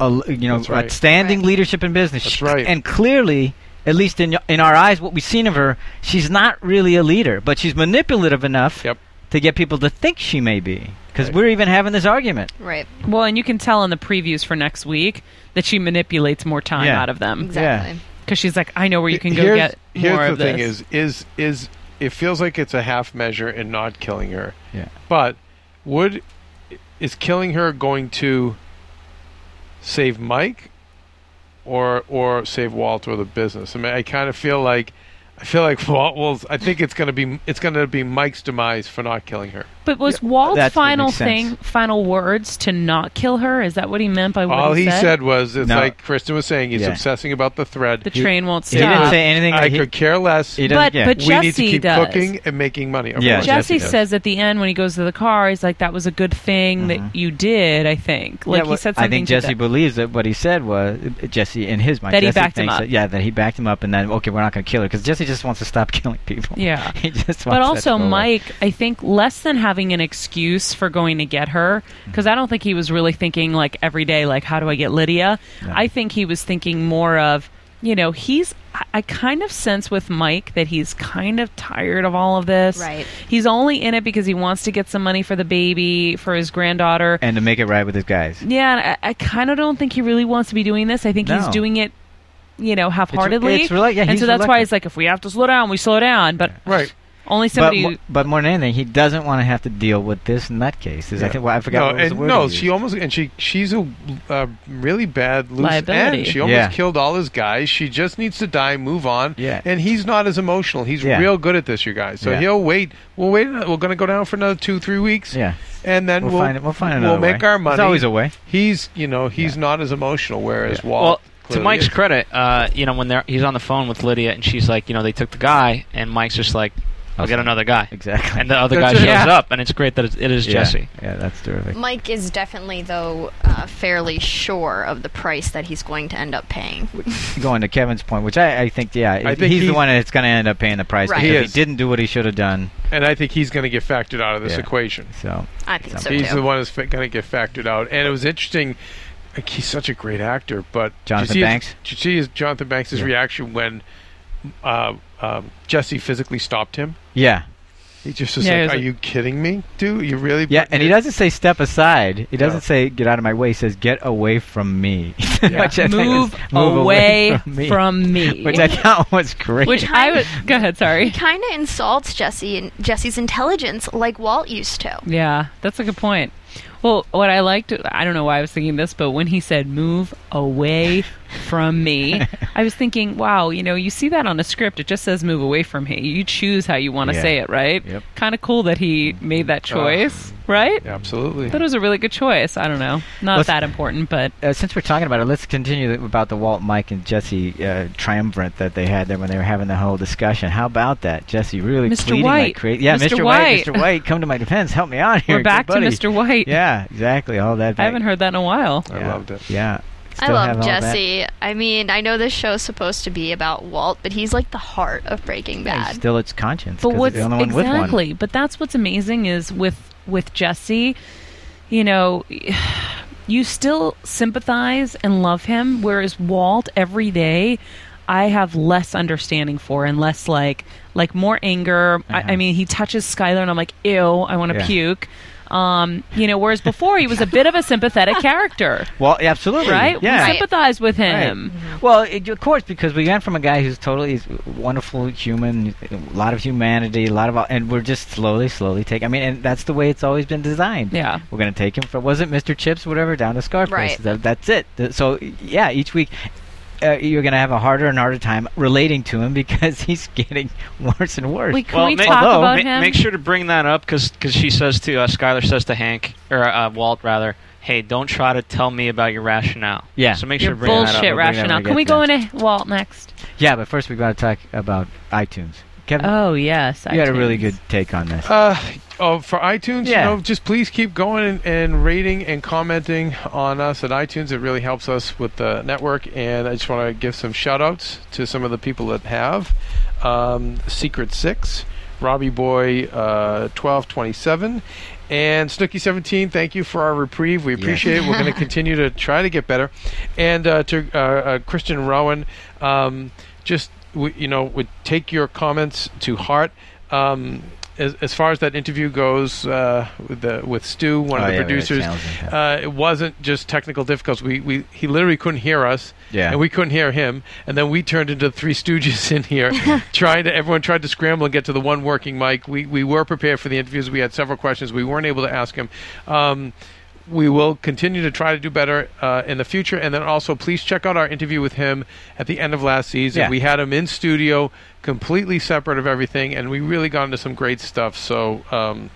A, you know, That's right. outstanding Right. leadership in business. That's She- right. And clearly, at least in in our eyes, what we've seen of her, she's not really a leader, but she's manipulative enough Yep. to get people to think she may be. Because Right. we're even having this argument. Right. Well, and you can tell in the previews for next week that she manipulates more time Yeah. out of them Exactly. because she's like, I know where you can go here's, get here's more the of thing this. is is is it feels like it's a half measure in not killing her Yeah. but would is killing her going to save mike or or save walter or the business i mean i kind of feel like I feel like Walt will. I think it's gonna be it's gonna be Mike's demise for not killing her. But was Walt's that's what final makes sense. thing, final words to not kill her? Is that what he meant by what All he said, was, it's No. like Kristen was saying, he's Yeah. obsessing about the thread. The train won't He didn't stop. say anything. I that he- could care less. he We doesn't- But- yeah. but need to Jesse keep does. cooking and making money. Of Yeah. course, Jesse does. says at the end when he goes to the car, he's like, "That was a good thing that you did." I think, like Mm-hmm. Yeah, he well, said something. I think to Jesse that- believes that what he said was Jesse in his mind That he Jesse backed him thinks up. that- yeah, that he backed him up, and then okay, we're not going to kill her because Jesse just wants to stop killing people. Yeah. he just. Wants But that also, to go away. Mike, I think less than having an excuse for going to get her, because I don't think he was really thinking like every day, like, how do I get Lydia? I think he was thinking more of, you know, he's, I, I kind of sense with Mike that he's kind of tired of all of this. Right. He's only in it because he wants to get some money for the baby, for his granddaughter. and to make it right with his guys. yeah, and I, I kind of don't think he really wants to be doing this. I think he's No. doing it. You know, half-heartedly, it's rela- yeah, and he's so that's why reluctant. he's like, if we have to slow down, we slow down. But Right. only But, somebody, mo- but more than anything, he doesn't want to have to deal with this nutcase. Is I Yeah. think well, I forgot. No, what was and the word no, he she used. almost and she she's a uh, really bad loose Liability. end. She almost Yeah. killed all his guys. She just needs to die, move on. Yeah. And he's not as emotional. He's Yeah. real good at this, you guys. So Yeah. he'll wait. We'll wait. We're gonna go down for another two, three weeks. Yeah. And then We'll we'll find it- we'll find another We'll make way. our There's money. always a way. He's you know he's not as emotional. Whereas Walt. Well, to clearly Mike's is. credit, uh, you know when they're he's on the phone with Lydia and she's like, you know, they took the guy, and Mike's just like, We'll get another guy. Exactly. And the other guy That's shows it. Yeah. up, and it's great that it's, it is Yeah. Jesse. Yeah, that's terrific. Mike is definitely, though, uh, fairly sure of the price that he's going to end up paying. Going to Kevin's point, which I, I think, yeah, I think he's the he- one that's going to end up paying the price Right. because He he, is. didn't do what he should have done. and I think he's going to get factored out of this Yeah. equation. So I think so, He's too. the one that's going to get factored out. And it was interesting. Like, he's such a great actor, but did you Jonathan see his- Banks? Did you see his, Jonathan Banks' reaction when uh, um, Jesse physically stopped him? yeah, He just was Yeah, he like, was "Are like- you kidding me, dude? You really?" yeah, putting and he your-" doesn't say step aside. He doesn't No. say get out of my way. He says get away from me. Which I think Move, is- away, from me. from me. which I thought was great. Which I would. Go ahead. Sorry. Kind of insults Jesse and Jesse's intelligence like Walt used to. Yeah, that's a good point. Well, what I liked, I don't know why I was thinking this, but when he said move away from me, I was thinking, wow, you know, you see that on a script. It just says move away from me. You choose how you want to Yeah. say it, right? Yep. Mm. Kind of cool that he made that choice, right? Yeah, absolutely. That was a really good choice. I don't know. Not Let's- that important, but uh, since we're talking about it, let's continue th- about the Walt, Mike, and Jesse uh, triumvirate that they had there when they were having the whole discussion. How about that, Jesse? Really Mr. pleading White. like crazy. Yeah, Mr. Mr. White, White. Mr. White, come to my defense. Help me out here. we're back good to buddy. Mr. White. Yeah, exactly. All that. I haven't heard that in a while. I loved it. Yeah. I Still love have all that. Jesse. I mean, I know this show's supposed to be about Walt, but he's like the heart of Breaking Yeah, he's Bad. still its conscience. But 'cause what's it's the only one with one. exactly? But that's what's amazing is with with Jesse, you know, you still sympathize and love him, whereas Walt every day. I have less understanding for and less like like more anger. I, I mean, he touches Skylar and I'm like, ew, I want to Uh-huh. Yeah. puke. Um, you know, whereas before he was a bit of a sympathetic character, Well, yeah, absolutely. right? Yeah. We sympathize with Right. him. Mm-hmm. Well, it, of course, because we went from a guy who's totally he's a wonderful human, a lot of humanity, a lot of, all- and we're just slowly, slowly taking. I mean, and that's the way it's always been designed. Yeah. we're gonna take him from was it Mr. Chips, whatever, down to Scarface. Right. That- that's it. Th- So yeah, each week. Uh, you're gonna have a harder and harder time relating to him because he's getting worse and worse. Wait, can Well, we ma- talk although- about Ma- him? Make sure to bring that up because she says to uh, Skyler says to Hank or uh, Walt rather, hey, don't try to tell me about your rationale. Yeah. So make sure Your to bring that up. bullshit We'll bring that up rationale. when we Can we get to go into Walt next? yeah, but first we gotta talk about iTunes. Kevin, Oh yes, you had a really iTunes. good take on this. Uh, oh, for iTunes, Yeah. you know, just please keep going and, and rating and commenting on us at iTunes. It really helps us with the network. And I just want to give some shout outs to some of the people that have um, Secret Six, Robbie Boy uh, 1227, and Snooky17. Thank you for our reprieve. We appreciate it. We're going to continue to try to get better. And uh, to uh, uh, Christian Rowan, um, just, w- you know, would take your comments to heart. Um, as, as far as that interview goes uh, with, the, with Stu, one Oh, yeah, of the we had producers, challenging, uh, it wasn't just technical difficulties. We, we he literally couldn't hear us, Yeah. and we couldn't hear him. And then we turned into three Stooges in here, trying to everyone tried to scramble and get to the one working mic. We we were prepared for the interviews. We had several questions. We weren't able to ask him. Um, we will continue to try to do better uh, in the future. And then also, please check out our interview with him at the end of last season. Yeah. We had him in studio, completely separate of everything, and we really got into some great stuff. So um,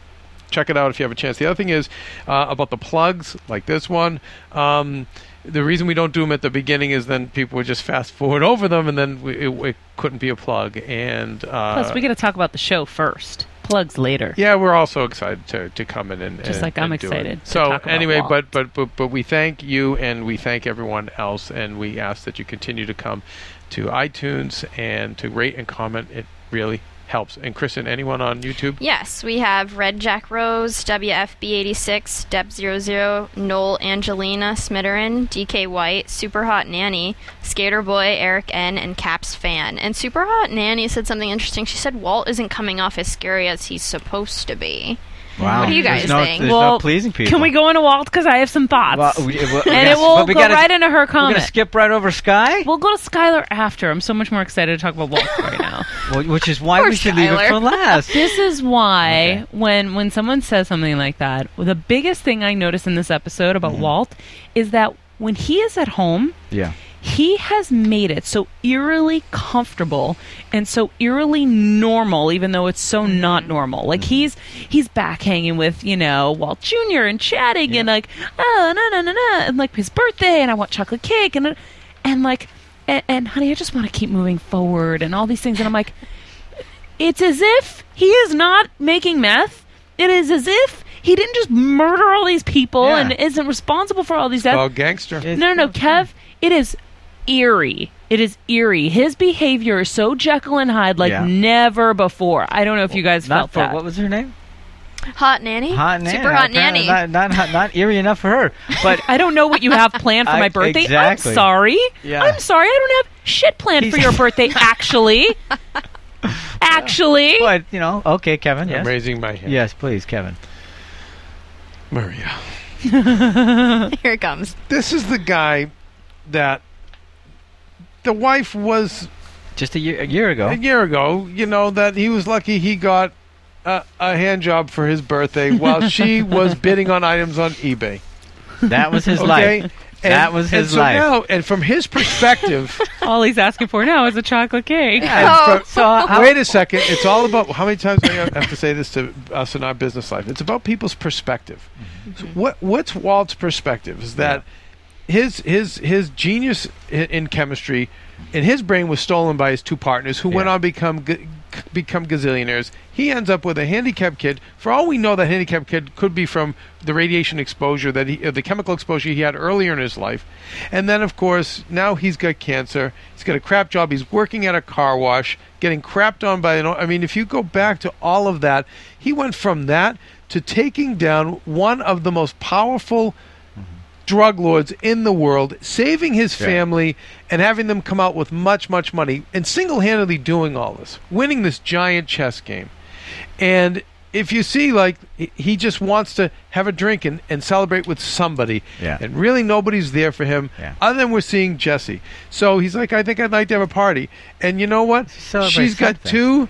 check it out if you have a chance. The other thing is uh, about the plugs, like this one. Um, the reason we don't do them at the beginning is then people would just fast forward over them, and then we, it, it couldn't be a plug. And uh, Plus, we got to talk about the show first. Plugs later. yeah, we're also excited to, to come in and Just and- like I'm and do it. excited to So talk about anyway, Walt. but, but but but we thank you and we thank everyone else, and we ask that you continue to come to iTunes and to rate and comment. It really helps. And Kristen, anyone on YouTube? Yes, we have Red Jack Rose, WFB86, Deb00, Noel Angelina, Smitterin, DK White, Superhot Nanny, Skater Boy, Eric N, and Caps Fan. And Superhot Nanny said something interesting. She said Walt isn't coming off as scary as he's supposed to be. Wow. What do you There's guys no- think? There's no pleasing people. Can we go into Walt? Because I have some thoughts. Well, we- well, we and gotta- it will but we go gotta- right into her We're comment. gonna skip right over Sky, we'll go to Skylar after. I'm so much more excited to talk about Walt right now. Well, which is why Poor we should leave it Skylar. for last. This is why when when someone says something like that, the biggest thing I notice in this episode about Mm-hmm. Walt is that when he is at home, yeah. he has made it so eerily comfortable and so eerily normal even though it's so not normal like he's he's back hanging with you know walt jr and chatting and like oh no no no no and like his birthday and i want chocolate cake and and like and, and honey i just want to keep moving forward and all these things and i'm like it's as if He is not making meth. It is as if he didn't just murder all these people Yeah. and isn't responsible for all these deaths. Well, gangster. No, no, no, Kev. It is eerie. It is eerie. His behavior is so Jekyll and Hyde like Yeah. never before. I don't know if you guys Not felt for that. what was her name? Hot nanny. Hot nanny. Super hot Apparently nanny. Not, not, hot- not eerie enough for her. But I don't know what you have planned for I- my birthday. exactly. I'm sorry. Yeah. I'm sorry. I don't have shit planned for your birthday. Actually, actually, but you know, okay, Kevin. I'm Yes. raising my hand. Yes, please, Kevin. Maria. Here it comes. This is the guy that the wife was Just a year, a year ago. a year ago, you know, that he was lucky he got a, a hand job for his birthday while she was bidding on items on eBay. That was his Okay? life. And- That was and his so life. Now, and from his perspective, all he's asking for now is a chocolate cake. and So from, how, wait a second, it's all about how many times do I have to say this to us in our business life. It's about people's perspective. So what what's Walt's perspective is that his his his genius i- in chemistry in his brain was stolen by his two partners who went Yeah. on to become g- become gazillionaires. He ends up with a handicapped kid. For all we know, that handicapped kid could be from the radiation exposure that he, uh, the chemical exposure he had earlier in his life, and then of course now he's got cancer. He's got a crap job. He's working at a car wash, getting crapped on by an. o- I mean, if you go back to all of that, he went from that to taking down one of the most powerful drug lords in the world, saving his family and having them come out with much, much money, and single handedly doing all this, winning this giant chess game. And if you see, like, he- he just wants to have a drink and, and celebrate with somebody. Yeah. And really nobody's there for him Yeah. other than we're seeing Jesse. So he's like, I think I'd like to have a party. And you know what? Celebrate She's got something. two.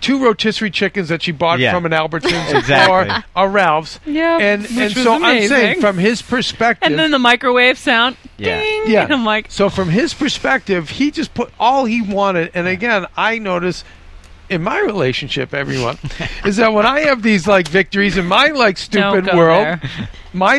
Two rotisserie chickens that she bought Yeah. from an Albertsons Exactly. or a Ralph's, Yeah, and which and was so I'm saying amazing. from his perspective, And then the microwave sound. Yeah. Ding. yeah. And I'm like, so from his perspective, he just put all he wanted. And again, I notice in my relationship, everyone, is that when I have these like victories in my like don't stupid go world, there. my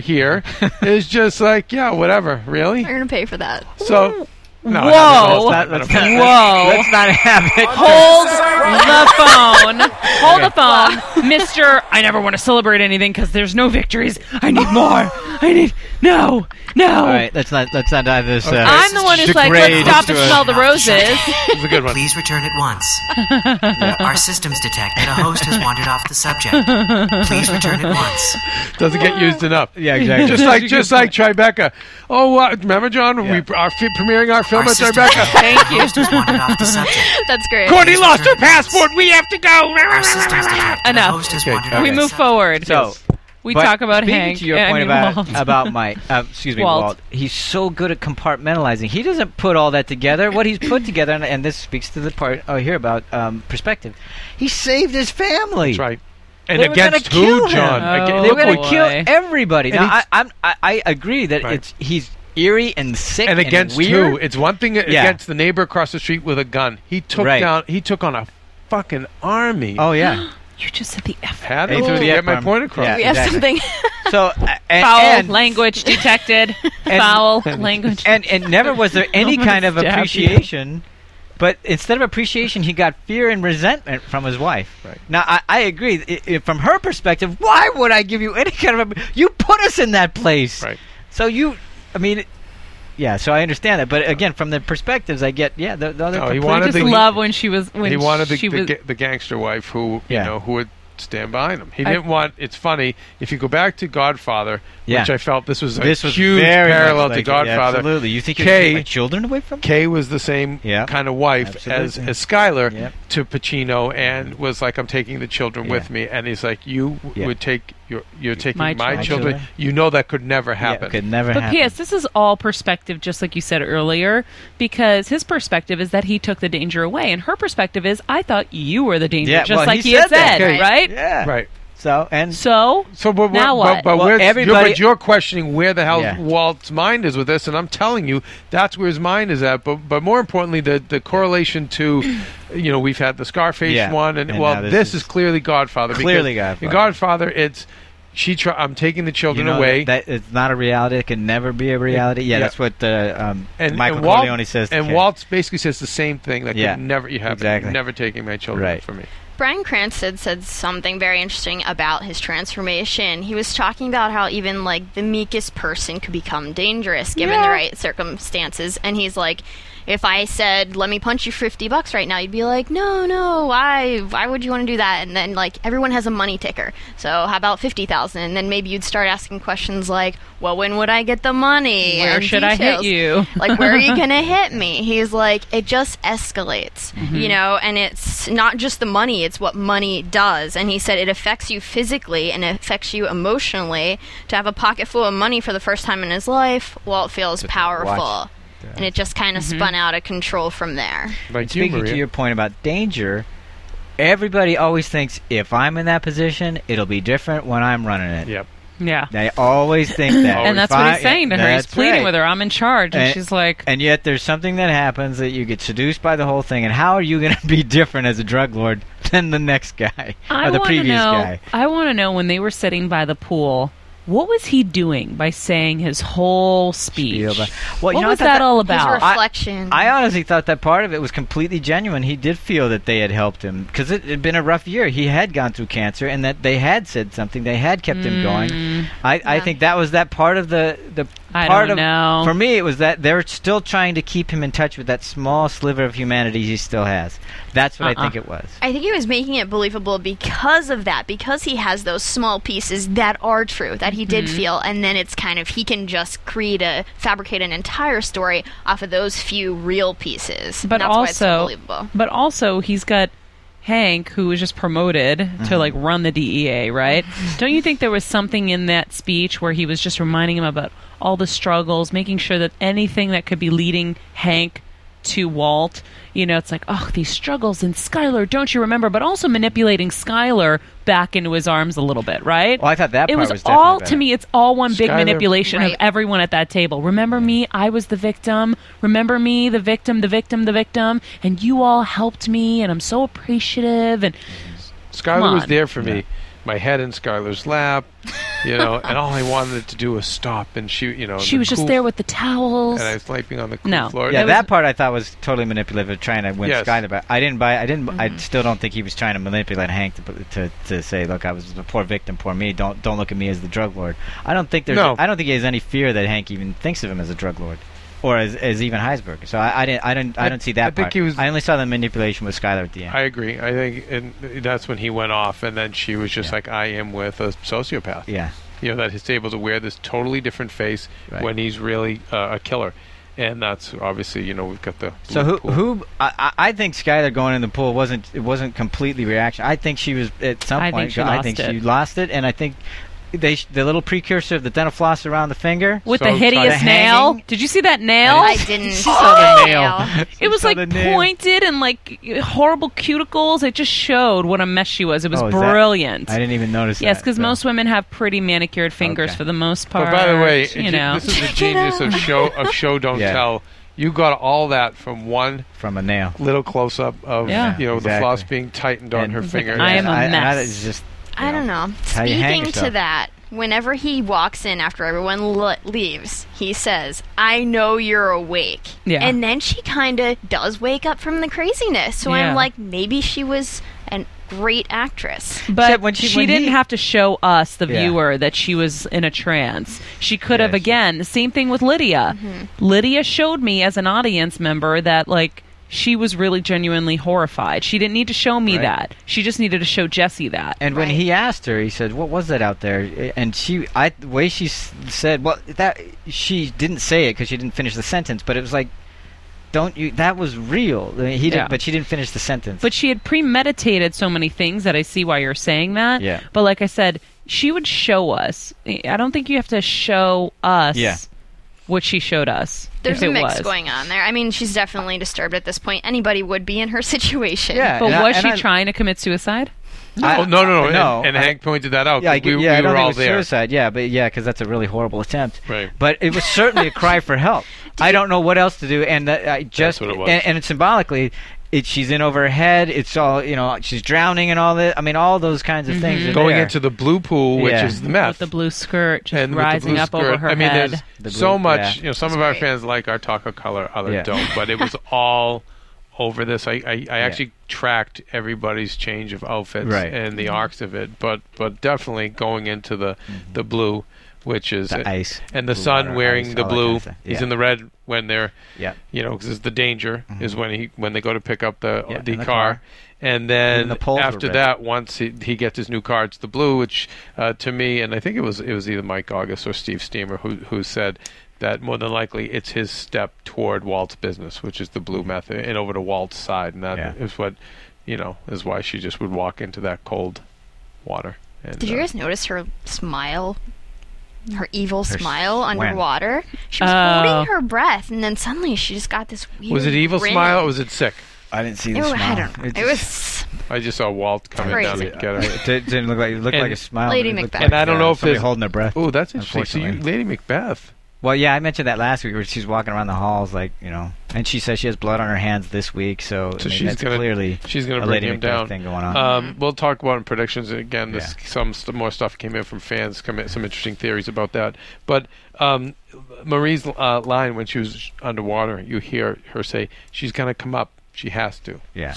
here is just like, yeah, whatever, really. You're gonna pay for that. So, no, Whoa. no, Let's not- no, let's it's not- not- Whoa. Let's not have it. Hold the phone. Hold the phone. Mister, I never want to celebrate anything because there's no victories. I need more. I need. No. No. All right, let's not let's not dive this. Uh, I'm the one who's like, degrade let's stop and into a- smell the roses. It's a good one. Please return at once. Our systems detect that a host has wandered off the subject. Please return at once. Doesn't get used enough. Yeah, exactly. Just like, just like Tribeca. Oh, uh, remember, John, we Yeah. are fe- premiering our film Our at system Tribeca. Thank you. Host has wandered off the subject. That's great. Courtney lost her passport. We have to Our go. systems detect that Enough. a host has Okay, wandered okay. off We the move subject. forward. So, we But talk about speaking Hank. To your I point mean, about Walt. about my uh, excuse me, Walt. Walt. He's so good at compartmentalizing. He doesn't put all that together. What he's put together, and, and this speaks to the part I hear about um, perspective. He saved his family. That's right. And They were gonna against kill who, him. John? Oh. Again- They look were going boy. to kill everybody. And Now, I, he's- I'm, I, I agree that Right. it's he's eerie and sick and against weird. who? It's one thing against the neighbor across the street with a gun. He took Right. down. He took on a fucking army. Oh yeah, you just said the F. Had He to threw the get my F-bomb. point across. Yeah. We have Exactly. something. so uh, and, Foul and- language detected. And- Foul language. and and never was there any I'm gonna kind of stab you. appreciation. But instead of appreciation, he got fear and resentment from his wife. Right. Now, I, I agree. I, I- from her perspective, why would I give you any kind of? A, you put us in that place. Right. So you, I mean, yeah. So I understand that. But again, from the perspectives, I get. Yeah. The, the other. No, he complete- I wanted just the, love when she was when he wanted the, she the, was. ga- the gangster wife who Yeah. you know who would stand behind him. He I- didn't want. It's funny if you go back to Godfather, Yeah. which I felt this was a this was huge very much parallel to like it. Yeah, Godfather. absolutely. You think you're Kay- taking my children away from? me? Kay was the same Yeah. kind of wife as Absolutely. as Skyler Yep. to Pacino, and was like, "I'm taking the children with Yeah. me," and he's like, "You w- Yeah. would take your you're taking My my, children. children. You know that could never Yeah, happen." could never But happen. P.S. This is all perspective, just like you said earlier, because his perspective is that he took the danger away, and her perspective is, I thought you were the danger, Yeah, just well, like he he had said that. said, Okay. right? Yeah. Right. So and So, So, but we're- Now but, what? but Well, where's- everybody- you're, but you're questioning where the hell Yeah. Walt's mind is with this, and I'm telling you, that's where his mind is at. But, but more importantly, the the correlation to, you know, we've had the Scarface Yeah. one, and, And now well, this this, is- is, clearly Godfather. because Clearly Godfather. In Godfather, it's she. Try, I'm taking the you children know, away. That it's not a reality. It can never be a reality. Yeah, Yeah. that's what uh, um, and, Michael and Walt, Corleone says. to and Kay. Walt basically says the same thing. Like, Yeah. never you have Exactly. never taking my children Right. from me. Brian Cranston said something very interesting about his transformation. He was talking about how even like the meekest person could become dangerous given the right circumstances, and he's like, if I said, "Let me punch you fifty bucks right now," you'd be like, "No, no, why? Why would you want to do that?" And then like everyone has a money ticker, so how about fifty thousand? And then maybe you'd start asking questions like, "Well, when would I get the money?" Where and should I hit details. you? like where are you gonna hit me he's like it just escalates Mm-hmm. you know and it's not just the money it's what money does and he said it affects you physically and it affects you emotionally to have a pocket full of money for the first time in his life well it feels powerful and it just kind of Mm-hmm. spun out of control from there Like you, Speaking Maria. to your point about danger, everybody always thinks if I'm in that position, it'll be different when I'm running it. Yep. Yeah. They always think that. And that's If what I- he's saying to her. He's that's pleading right. with her. I'm in charge. And, And- she's like, And yet, there's something that happens that you get seduced by the whole thing. And how are you going to be different as a drug lord than the next guy I or the wanna previous know, guy? I want to know when they were sitting by the pool, what was he doing by saying his whole speech? Spiel about- what Well, you know, I was thought that, that- all his about? I- reflection I honestly thought that part of it was completely genuine. He did feel that they had helped him because it had been a rough year. He had gone through cancer, and that they had said something. They had kept him going. I, I Yeah. think that was that part of the the Mm. I part don't of know. for me. It was that they're still trying to keep him in touch with that small sliver of humanity he still has. That's what Uh-uh. I think it was. I think he was making it believable because of that, because he has those small pieces that are true, that he did Mm-hmm. feel, and then it's kind of he can just create a fabricate an entire story off of those few real pieces. but That's why it's so also, believable. but also, he's got Hank, who was just promoted Mm-hmm. to like run the DEA, right? Don't you think there was something in that speech where he was just reminding him about all the struggles, making sure that anything that could be leading Hank to Walt, you know, it's like, oh, these struggles and Skylar, don't you remember? But also manipulating Skylar back into his arms a little bit, right? Well, I thought that it part was, was definitely all to better. me. It's all one big Skylar- manipulation of Right. everyone at that table. Remember me? I was the victim. Remember me? The victim. The victim. The victim. And you all helped me, and I'm so appreciative. And Skylar was on. there for me. My head in Skylar's lap, you know, and all I wanted to do was stop. And she, Oh, you know, she the was just cool- there with the towels. And I was sleeping on the cool No. floor. Yeah, It that was- part I thought was totally manipulative, of trying to win Yes. Skyler back. I didn't buy. I didn't. I still don't think he was trying to manipulate Hank to, to to say, "Look, I was the poor victim, poor me. Don't don't look at me as the drug lord." I don't think there's. No. I don't think he has any fear that Hank even thinks of him as a drug lord, or as, as even Heisberg. So I, I didn't. I don't. I I- don't see I that think part. he was- I only saw the manipulation with Skyler at the end. I agree. I think, and that's when he went off, and then she was just Yeah. like, "I am with a sociopath." yeah. you know that he's able to wear this totally different face Right. when he's really uh, a killer, and that's obviously you know we've got the So blue who pool. who I, I I think Skylar going in the pool wasn't it wasn't completely reaction. I think she was at some I think point. she I lost think it. she lost it, and I think they sh- the little precursor of the dental floss around the finger. with So the hideous tight. nail. Hanging. Did you see that nail? I didn't She saw the It was saw like the nail. pointed and like horrible cuticles. It just showed what a mess she was. It was Oh, is that- brilliant. I didn't even notice. Yes, that, because so. most women have pretty manicured fingers Okay. for the most part. But Oh, by the way, you ge- know, this is the genius of show of show don't Yeah. tell. You got all that from one from a nail. little close up of Yeah. you know the Exactly. floss being tightened on And- her It's like, finger. I am a I, mess. I, it's just, I don't know. how you Speaking hang to yourself. that, whenever he walks in after everyone le- leaves, he says, "I know you're awake." Yeah. And then she kind of does wake up from the craziness. So Yeah. I'm like, maybe she was a great actress. but Except when she- she when didn't he- have to show us the Yeah. viewer that she was in a trance. She could have Yeah, she- again. The same thing with Lydia. Mm-hmm. Lydia showed me as an audience member that like she was really genuinely horrified. She didn't need to show me Right. that. She just needed to show Jesse that. And when Right. he asked her, he said, "What was that out there?" And she, I, the way she s- said, "Well, that she didn't say it because she didn't finish the sentence," but it was like, "Don't you?" That was real. I mean, he Yeah. did, but she didn't finish the sentence. But she had premeditated so many things that I see why you're saying that. Yeah. But like I said, she would show us. I don't think you have to show us Yeah. what she showed us. There's if a it mix was. going on there. I mean, she's definitely disturbed at this point. Anybody would be in her situation. Yeah. But And I- was and she I- trying to commit suicide? I- Oh, no, no, no, no, And, and I- Hank pointed that out. yeah, I, 'cause we, yeah, I we don't were think it all was there. suicide. Yeah, but yeah, because that's a really horrible attempt. Right. But it was certainly a cry for help. I don't know what else to do, and that, I just what it was. and, and symbolically, it, she's in over her head. It's all you know. She's drowning and all that. I mean, all those kinds of things. Are Mm-hmm. Going there. into the blue pool, which Yeah. is the meth, With the blue skirt just and with the rising blue up over skirt. her I mean, head. there's The blue- so much. yeah. You know, some of our great. fans like our talk of color, others Yeah. don't. But it was all over this. I, I, I actually tracked everybody's change of outfits Right. and Mm-hmm. the arcs of it, but but definitely going into the the blue, which is Mm-hmm. The ice, and the blue sun water, wearing ice, the all that blue. kind of stuff. He's Yeah. in the red when they're Yeah. you know because the danger is when he when they go to pick up the Mm-hmm. Yeah, the, and the car. car. And then And the poles were after red. that, once he, he gets his new car, it's the blue, which uh, to me, and I think it was it was either Mike August or Steve Steamer who who said that more than likely it's his step toward Walt's business, which is the blue method, and over to Walt's side, and that is Mm-hmm. Yeah. what you know is why she just would walk into that cold water. And, Did you uh, guys notice her smile? Her evil smile squint. underwater. She was Oh. holding her breath, and then suddenly she just got this weird. was it evil grin. smile? or Was it sick? I didn't see It the was, smile. I don't know. It, was. I just saw Walt coming down Crazy. and get her. It did- didn't look like it looked And- like a smile. Lady It looked Macbeth. And I don't uh, know if somebody there's- holding their breath. Oh, that's interesting. So you, Unfortunately. Lady Macbeth. Well, yeah, I mentioned that last week where she's walking around the halls like you know, and she says she has blood on her hands this week. So, I So mean, she's that's gonna- clearly she's gonna a bring Lady him Macbeth down. thing going on. Um, we'll talk about in predictions again. This Yeah. some st- more stuff came in from fans. Come in, some interesting theories about that. But um, Marie's uh, line when she was underwater, you hear her say, "She's gonna come up. She has to." yeah.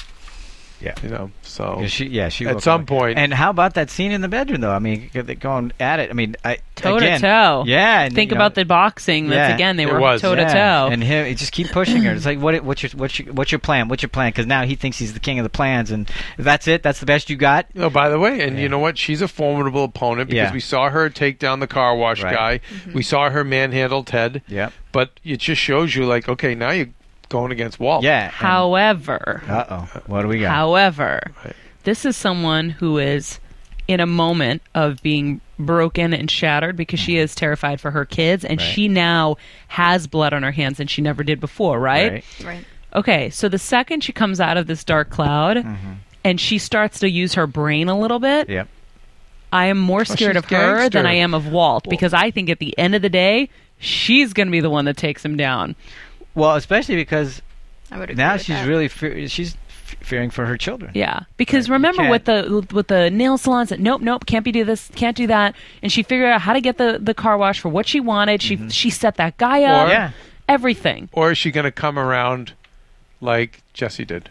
You know. So 'Cause She, yeah, she Oh. At woke some up. point- And how about that scene in the bedroom, though? I mean, g- they're going at it. I mean, I, Toe again, to toe. Yeah, and, Think you know, about the boxing. That's Yeah. again they It were was. toe to yeah, toe. and him. It just keep pushing her. It's like, what? What's your what's your what's your plan? What's your plan? Because now he thinks he's the king of the plans, and that's it. That's the best you got. Oh, by the way, and Yeah. you know what? She's a formidable opponent because Yeah. we saw her take down the car wash Right. guy. We saw her manhandle Ted. Yep. But it just shows you, like, okay, now you're going against Oh, Walt. Yeah. However, Uh oh. What do we got? However, Right. this is someone who is in a moment of being broken and shattered because she is terrified for her kids and she now has blood on her hands and she never did before, right? Right. Right. Okay, so the second she comes out of this dark cloud Mm-hmm. and she starts to use her brain a little bit, Yep. I am Oh, more scared she's of her than gangster. I am of Walt because I think at the end of the day, she's going to be the one that takes him down. Well, especially because I would agree now with she's that. really fear- she's f- fearing for her children. Yeah, because Right, you remember can't- with the with the nail salons that nope, nope, can't be do this, can't do that, and she figured out how to get the the car wash for what she wanted. She Mm-hmm. she set that guy up. Or- Yeah. Everything Or is she going to come around like Jesse did?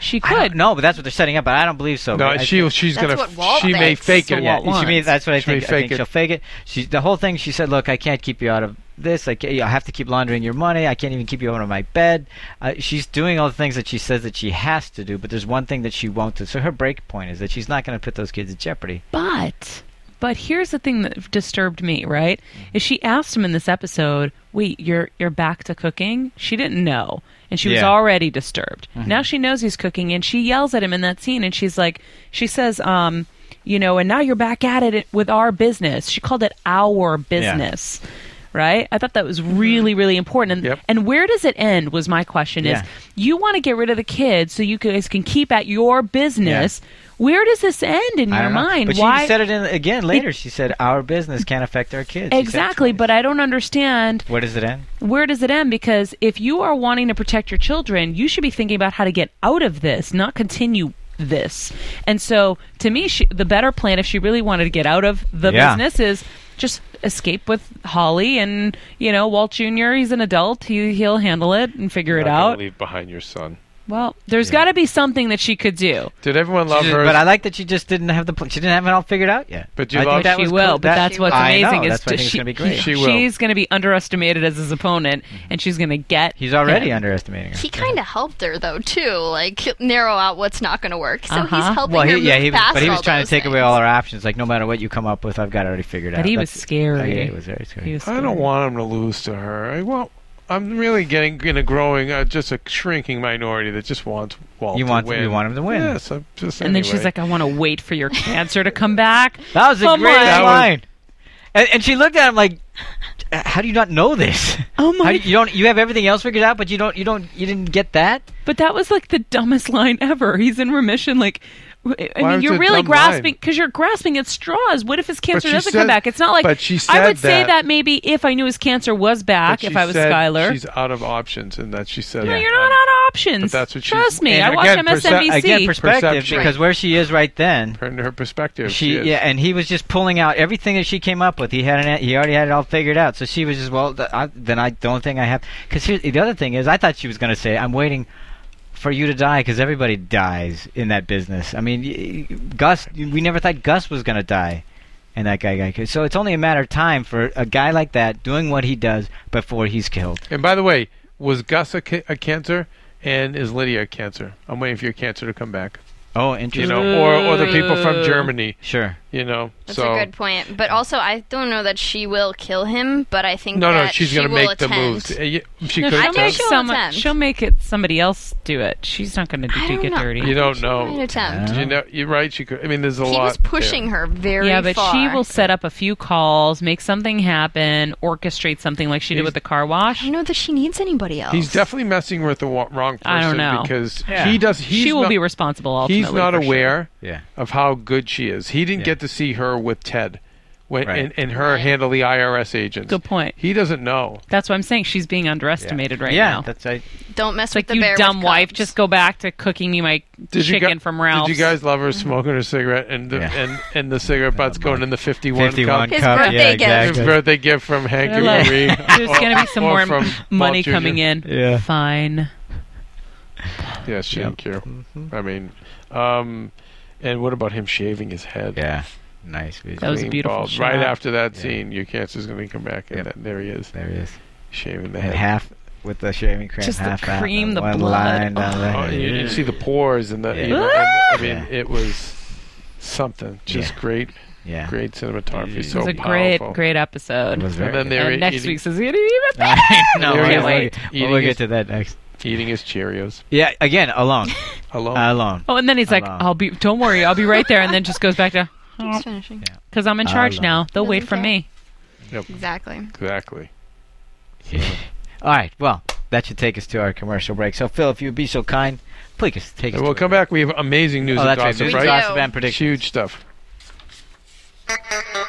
she I don't could. know, but that's what they're setting up. But I don't believe so. No, I she she's That's gonna what Walt she may thinks. fake So it. Walt Yeah, wants. She means that's what I She may think. I fake think it. she'll fake it. She, the whole thing. She said, "Look, I can't keep you out of this. I, can't, I have to keep laundering your money. I can't even keep you out of my bed." Uh, she's doing all the things that she says that she has to do, but there's one thing that she won't do. So her break point is that she's not going to put those kids at jeopardy. But but here's the thing that disturbed me. Right, is she asked him in this episode, "Wait, you're you're back to cooking?" She didn't know, and she was Yeah. Mm-hmm. already disturbed. Now she knows he's cooking, and she yells at him in that scene, and she's like, she says, um. You know, and now you're back at it with our business. She called it our business. right? I thought that was Mm-hmm. really, really important. And, Yep. and where does it end? Was my question Yeah. is you want to get rid of the kids so you guys can keep at your business. Where does this end in I your don't know. mind? But Why she said it in, again later. she said, "Our business can't affect our kids." She said it exactly? twice. But I don't understand where does it end? where does it end because if you are wanting to protect your children, you should be thinking about how to get out of this, not continue this. And so, to me, she, the better plan, if she really wanted to get out of the Yeah. business, is just escape with Holly and you know Walt Jr. He's an adult; he he'll handle it and figure it Not gonna out. Leave behind your son. Well, there's got to be something that she could do. Did everyone She love just- her? but I like that she just didn't have the pl- she didn't have it all figured out yet. But you I think love- that she was will, cool. but That- that's what's I know. amazing is That's why I to- think it's she- gonna be great. She will. She's going to be underestimated as his opponent, and she's going to get. He's already him. underestimating her. He kind of helped her though too, like narrow out what's not going to work. So Uh-huh. he's helping well, her he, move yeah, he, past but he was all trying those to take away things. all our options. Like, no matter what you come up with, I've got it already figured out. But he was That's- scary. yeah, he was very scary. He was I don't scary. want him to lose to her. I well, I'm really getting in a growing, uh, just a shrinking minority that just wants Walt. You want- to win. you want him to win. Yes, I'm just. And then she's anyway. like, I want to wait for your cancer to come back. that was a Come great on. That was- line. And, and she looked at him like, "How do you not know this? Oh How my! do you, you don't. You have everything else figured out, but you don't. You don't. You didn't get that. But that was like the dumbest line ever. He's in remission. Like, w- I Why mean, was you're it a really dumb line? grasping because you're grasping at straws. What if his cancer she doesn't said- come back? It's not like. but she I said would say that- that maybe if I knew his cancer was But back, if she I was said Skylar. she's out of options, and that she said, No, you're not out of options. But that's what she's- Trust me. and I watched again, perce- MSNBC. Again, perspective, Perception. because where she is right then, Her, her perspective. she, is. yeah, and he was just pulling out everything that she came up with. He had an, he already had it all figured out. So she was just well, th- I, then I don't think I have. Because the other thing is, I thought she was going to say, "I'm waiting for you to die because everybody dies in that business. I mean, y- y- Gus, we never thought Gus was going to die, and that guy got killed. So it's only a matter of time for a guy like that doing what he does before he's killed. And by the way, was Gus a, ca- a cancer, and is Lydia a cancer? I'm waiting for your cancer to come back. Oh, You interesting. know, or or the people from Germany. Sure. You know, That's so a good point. But also, I don't know that she will kill him, but I think no, that no, she's she gonna will make attend. the moves. Uh, yeah, She No, she'll, could I make think she'll someone- attempt. she'll make it somebody else do it. She's not going to I do don't get know. dirty. You don't She know. might attempt. You know, you're right. She could. I mean, there's a He lot. was pushing her very yeah, but far. she will set up a few calls, make something happen, orchestrate something like she did with the car wash. I don't know that she needs anybody else. there. He's definitely messing with the wa- wrong person I don't know. because Yeah. he does. He's She will not, be responsible ultimately. He's not for sure. aware Yeah. of how good she is. He didn't Yeah. get to see her with Ted, when, Right. and, and her handle the IRS agents. Good point. He doesn't know. That's what I'm saying. She's being underestimated right yeah, now. that's I, Don't mess it's like with the you bear dumb with wife, cubs. just go back to cooking me my you chicken gu- from Ralph's. Did you guys love her smoking her cigarette and the, Yeah. and, and the cigarette butts going in the 51, 51 cup? His cup. birthday yeah, gift. His exactly. birthday gift from Hank They're and like, Marie. There's or- going to be some or more Oh, from money Walt Jr. coming in. Yeah. Fine. Yeah, she didn't care. Mm-hmm. I mean, um, and what about him shaving his head? Yeah, nice. Visual. That was a Being beautiful bald. shot. Right after that Yeah. scene, your cancer's going to come back, and Yep. then there he is, there it is. shaving the And head. half with the shaving cream, Just the half out, cream, and the one blood. line down the Oh, and you, head. you see the pores and the. Yeah. You know, and- I mean, Yeah. it was something. Just Yeah. great, Yeah, great cinematography. Yeah. So it was a powerful. great, great episode. it was very. And then good. they were and next eating, week's is going to be even better. I know. There I he can't is, wait. like, Well, eating we'll his- get to that next. eating his Cheerios Yeah, again, alone, alone. alone. Oh, and then he's like, Hello. "I'll be. Don't worry, I'll be right there." And then just goes back to He's finishing. because I'm in charge Hello. now. They'll wait Doesn't for care. me. yep, Exactly. exactly. All right, well, that should take us to our commercial break. So, Phil, if you'd be so kind, please take us. And we'll to come back. We have amazing news Oh, and that's right. gossip, News, We right? gossip, and predictions. Huge stuff.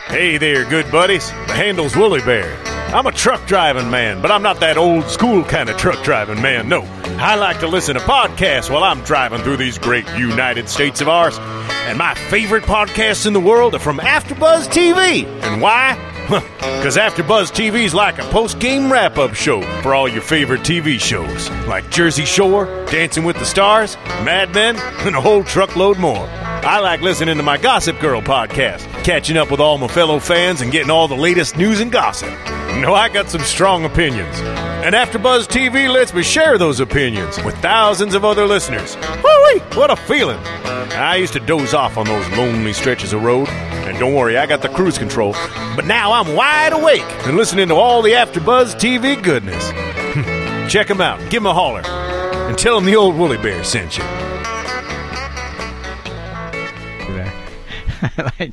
Hey there, good buddies. The handle's Woolly Bear. I'm a truck driving man, but I'm not that old school kind of truck driving man. No, I like to listen to podcasts while I'm driving through these great United States of ours. And my favorite podcasts in the world are from AfterBuzz TV. And why? Because AfterBuzz TV is like a post-game wrap-up show for all your favorite TV shows, like Jersey Shore, Dancing with the Stars, Mad Men, and a whole truckload more. I like listening to my Gossip Girl podcast, catching up with all my fellow fans and getting all the latest news and gossip. You know, I got some strong opinions. And AfterBuzz TV lets me share those opinions with thousands of other listeners. Woo-wee, what a feeling. I used to doze off on those lonely stretches of road. And don't worry, I got the cruise control. But now I'm wide awake and listening to all the AfterBuzz TV goodness. Hmm. Check them out. Give them a holler. And tell them the old woolly bear sent you. like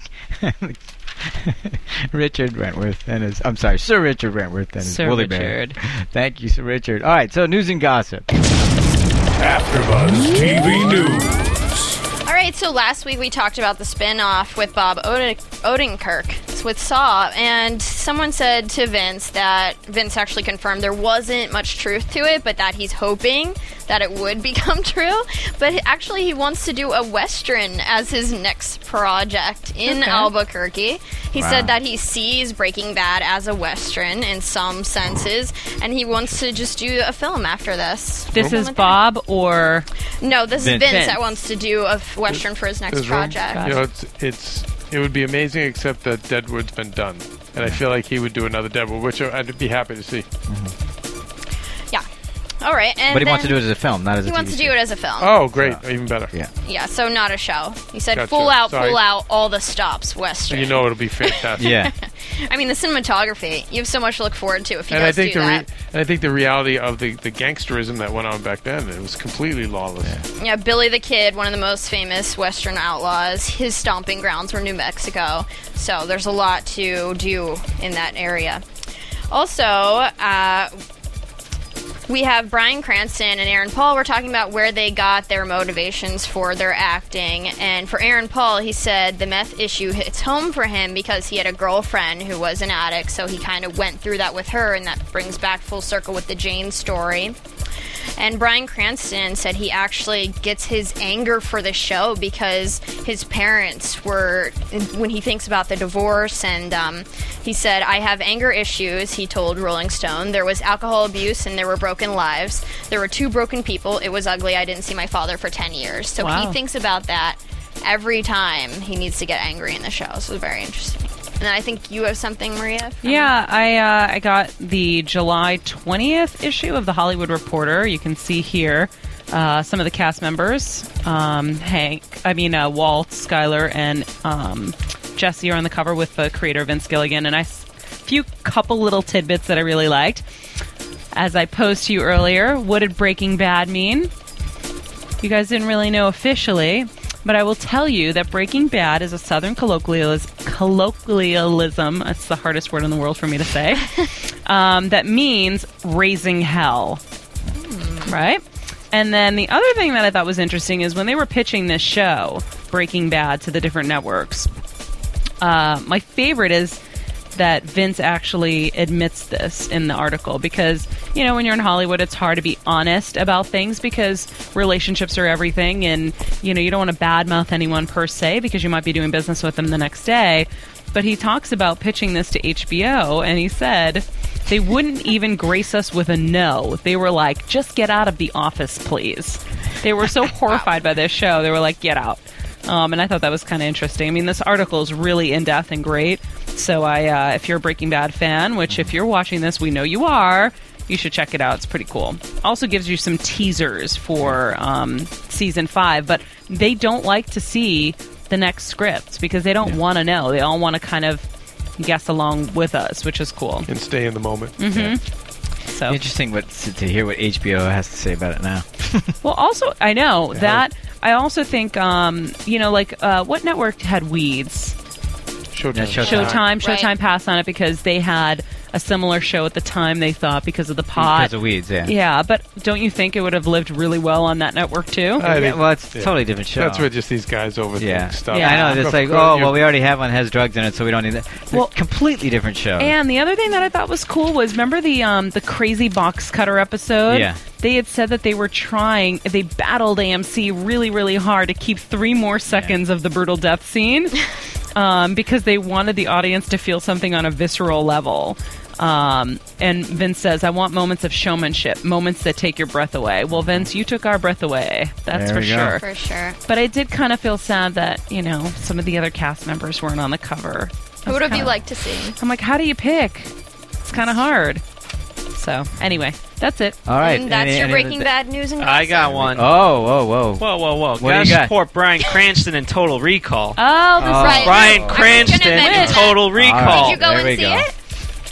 Richard Wentworth and his. I'm sorry, Sir Richard Wentworth and his Sir woolly Richard. bear. Thank you, Sir Richard. All right, so news and gossip. AfterBuzz TV News. All right, so last week we talked about the spin-off with Bob Od- Odenkirk with Saw, and someone said to Vince that Vince actually confirmed there wasn't much truth to it, but that he's hoping that it would become true. But actually, he wants to do a western as his next project in Okay. Albuquerque. He Wow. said that he sees Breaking Bad as a western in some senses, and he wants to just do a film after this. This Something like is that. Bob or No, this is Vince. Vince, Vince. that wants to do a f- western for his next There's room. project. You know, it's, it's it would be amazing, except that Deadwood's been done, and I feel like he would do another Deadwood, which I'd be happy to see. Yeah. All right. And But he wants to then do it as a film, not as He a wants TV to do it as a film. Oh, great! Even better. Yeah. Yeah. So not a show. He said, Gotcha. "Full out, Sorry. pull out, all the stops, Western." You know it'll be fantastic. Yeah, I mean, the cinematography. You have so much to look forward to if he and I does think do the re- that. and I think the reality of the, the gangsterism that went on back then it was completely lawless. yeah, Billy the Kid, one of the most famous Western outlaws. His stomping grounds were New Mexico, so there's a lot to do in that area. Also, uh, we have Brian Cranston and Aaron Paul. We're talking about where they got their motivations for their acting. And for Aaron Paul, he said the meth issue hits home for him because he had a girlfriend who was an addict, so he kind of went through that with her, and that brings back full circle with the Jane story. And Brian Cranston said he actually gets his anger for the show because his parents were, when he thinks about the divorce, and um, he said, I have anger issues, he told Rolling Stone. There was alcohol abuse and there were broken lives. There were two broken people. It was ugly. I didn't see my father for 10 years. So Wow. he thinks about that every time he needs to get angry in the show. So it's very interesting. And then I think you have something, Maria. from- Yeah, I uh, I got the July twentieth issue of the Hollywood Reporter. You can see here uh, some of the cast members: um, Hank, I mean uh, Walt, Skyler, and um, Jesse are on the cover with the creator Vince Gilligan. And I s- few couple little tidbits that I really liked. As I posed to you earlier, what did Breaking Bad mean? You guys didn't really know officially, but I will tell you that Breaking Bad is a Southern colloquialis- colloquialism. That's the hardest word in the world for me to say. um, that means raising hell, right? And then the other thing that I thought was interesting is when they were pitching this show, Breaking Bad, to the different networks. Uh, my favorite is that Vince actually admits this in the article because, you know, when you're in Hollywood, it's hard to be honest about things because relationships are everything and, you know, you don't want to badmouth anyone per se because you might be doing business with them the next day. But he talks about pitching this to HBO and he said they wouldn't even grace us with a no. They were like, just get out of the office, please. They were so horrified by this show. They were like, get out. Um, and I thought that was kind of interesting. I mean, this article is really in depth and great. So, I, uh, if you're a Breaking Bad fan, which if you're watching this, we know you are, you should check it out. It's pretty cool. Also gives you some teasers for um, season five, but they don't like to see the next scripts because they don't want to know. They all want to kind of guess along with us, which is cool. and stay in the moment. Mm-hmm. So, Interesting what, to hear what HBO has to say about it now. Well, also, I know that. I also think, um, you know, like uh, what network had Weeds? Showtime. Uh-huh. Showtime. Right. Showtime passed on it because they had a similar show at the time. They thought because of the pot. Because of weeds, yeah. yeah, but don't you think it would have lived really well on that network Uh, too? I think well, it's a totally different show. that's where just these guys overthink Yeah. stuff. Yeah, I know. It's Of like, course, oh, you're- well, we already have one has drugs in it, so we don't need that. Well, Well- completely different show. And the other thing that I thought was cool was remember the um, the crazy box cutter episode? Yeah. They had said that they were trying, they battled AMC really, really hard to keep three more seconds of the brutal death scene um, because they wanted the audience to feel something on a visceral level. Um, and Vince says, I want moments of showmanship, moments that take your breath away. Well, Vince, you took our breath away. That's There for we go. sure. For sure. But I did kind of feel sad that, you know, some of the other cast members weren't on the cover. Who would have That's you kinda- liked to see? I'm like, how do you pick? It's kind of hard. So anyway, that's it. All right. and Mm, that's any- your any other Breaking thi- Bad news and I got gossip. one. Oh, whoa, whoa. Whoa, whoa, whoa! do you Gotta got? support Brian Cranston in Total Recall. Oh, this Right. Brian I was gonna Cranston in mention Total All Recall. Did you go there we and see go. it?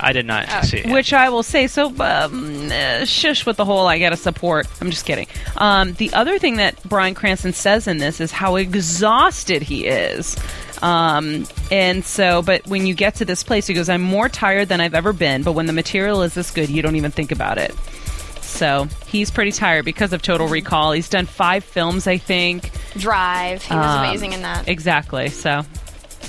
I did not Oh. see it. which I will say. So um, uh, shush with the whole I gotta support. I'm just kidding. Um, the other thing that Brian Cranston says in this is how exhausted he is. Um, and so, but when you get to this place, he goes, "I'm more tired than I've ever been." But when the material is this good, you don't even think about it. So he's pretty tired because of Total Recall. He's done five films, I think. Drive. He was Um, amazing in that. Exactly. So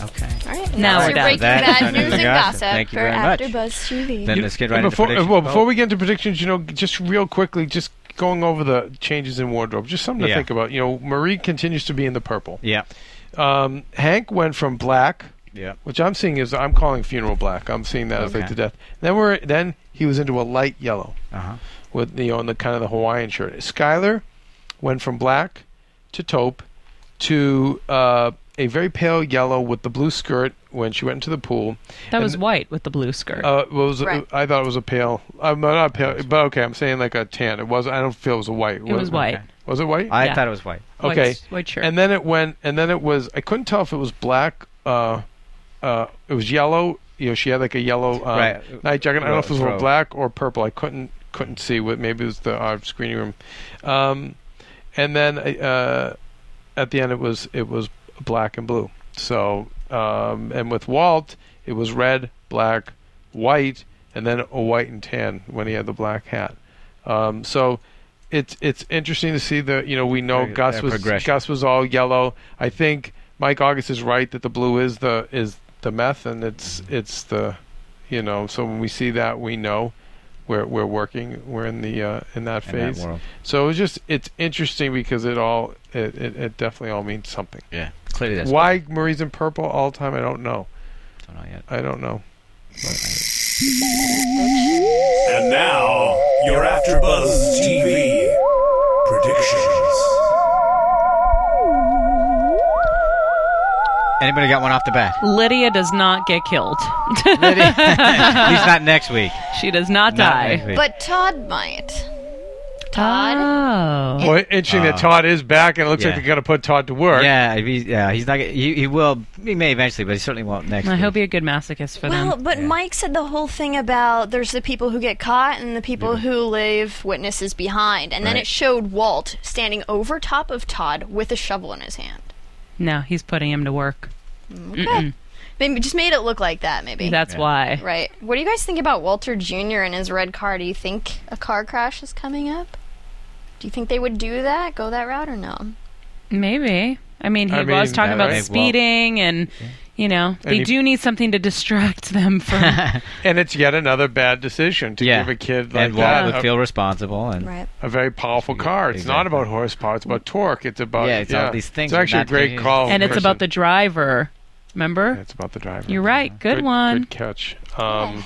Okay. All right. and Now that's your we're done. Breaking That- Bad news and gossip Thank you for very much. AfterBuzz TV. Then let's get right before, uh, into Oh. predictions. Well, before we get into predictions, you know, just real quickly, just going over the changes in wardrobe, just something to Yeah. think about. You know, Marie continues to be in the purple. Oh, yeah. Um, Hank went from black, Yeah. which I'm seeing is I'm calling funeral black. I'm seeing that as like Okay. the death. Then we're then he was into a light yellow Uh-huh. with you know, in the kind of the Hawaiian shirt. Skyler went from black to taupe to uh, a very pale yellow with the blue skirt when she went into the pool. that was And- white with the blue skirt. Uh, what was Right. I thought it was a pale. I'm not a pale, but okay. I'm saying like a tan. It was. I don't feel it was a white. it was white. Was it white? I Yeah. thought it was white. okay. White, white shirt. And then it went. And then it was. I couldn't tell if it was black. Uh, uh, it was yellow. You know, she had like a yellow um, Right. night jacket. I don't know if it was Robe. black or purple. I couldn't couldn't see what. Maybe it was the uh, screening room. Um, and then uh, at the end, it was it was black and blue. So um, and with Walt, it was red, black, white, and then a white and tan when he had the black hat. Um, so it's it's interesting to see the you know we know Very- Gus that was progression. Gus was all yellow. I think Mike August is right that the blue is the is the meth and it's it's the you know so when we see that we know we're we're working we're in the uh, in that in that phase. world. so it was just it's interesting because it all it, it, it definitely all means something. Yeah, clearly that's Why Marie's in purple all the time? I don't know. Don't know yet. I don't know. And now, your AfterBuzz TV predictions. Anybody got one off the bat? Lydia does not get killed. At least not next week. she does not, Not die. next week. But Todd might. Todd? Oh. Well, interesting that Todd is back, and it looks Uh, yeah. like they're going to put Todd to work. yeah, if he's, yeah, he's not. gonna- He, he will. He may eventually, but he certainly won't next. I week. hope you're a good masochist for Well, them. but Mike said the whole thing about there's the people who get caught and the people who leave witnesses behind. And then Right. it showed Walt standing over top of Todd with a shovel in his hand. No, he's putting him to work. Okay. Maybe just made it look like that, maybe. That's why. right. What do you guys think about Walter Jr. and his red car? Do you think a car crash is coming up? Do you think they would do that? Go that route or no? Maybe. I mean, he I was mean, talking about that- well- speeding and. You know, they he- do need something to distract them from. And it's yet another bad decision to Yeah. give a kid like and Walt that would a, feel responsible. And Right. a very powerful car. It's not Exactly. about horsepower; it's about torque. It's about Yeah, it's all these things It's actually a not great taking- call, and it's Kristen. about the driver. Remember? Yeah, it's about the driver. You're right. Good, one. Good catch. Um,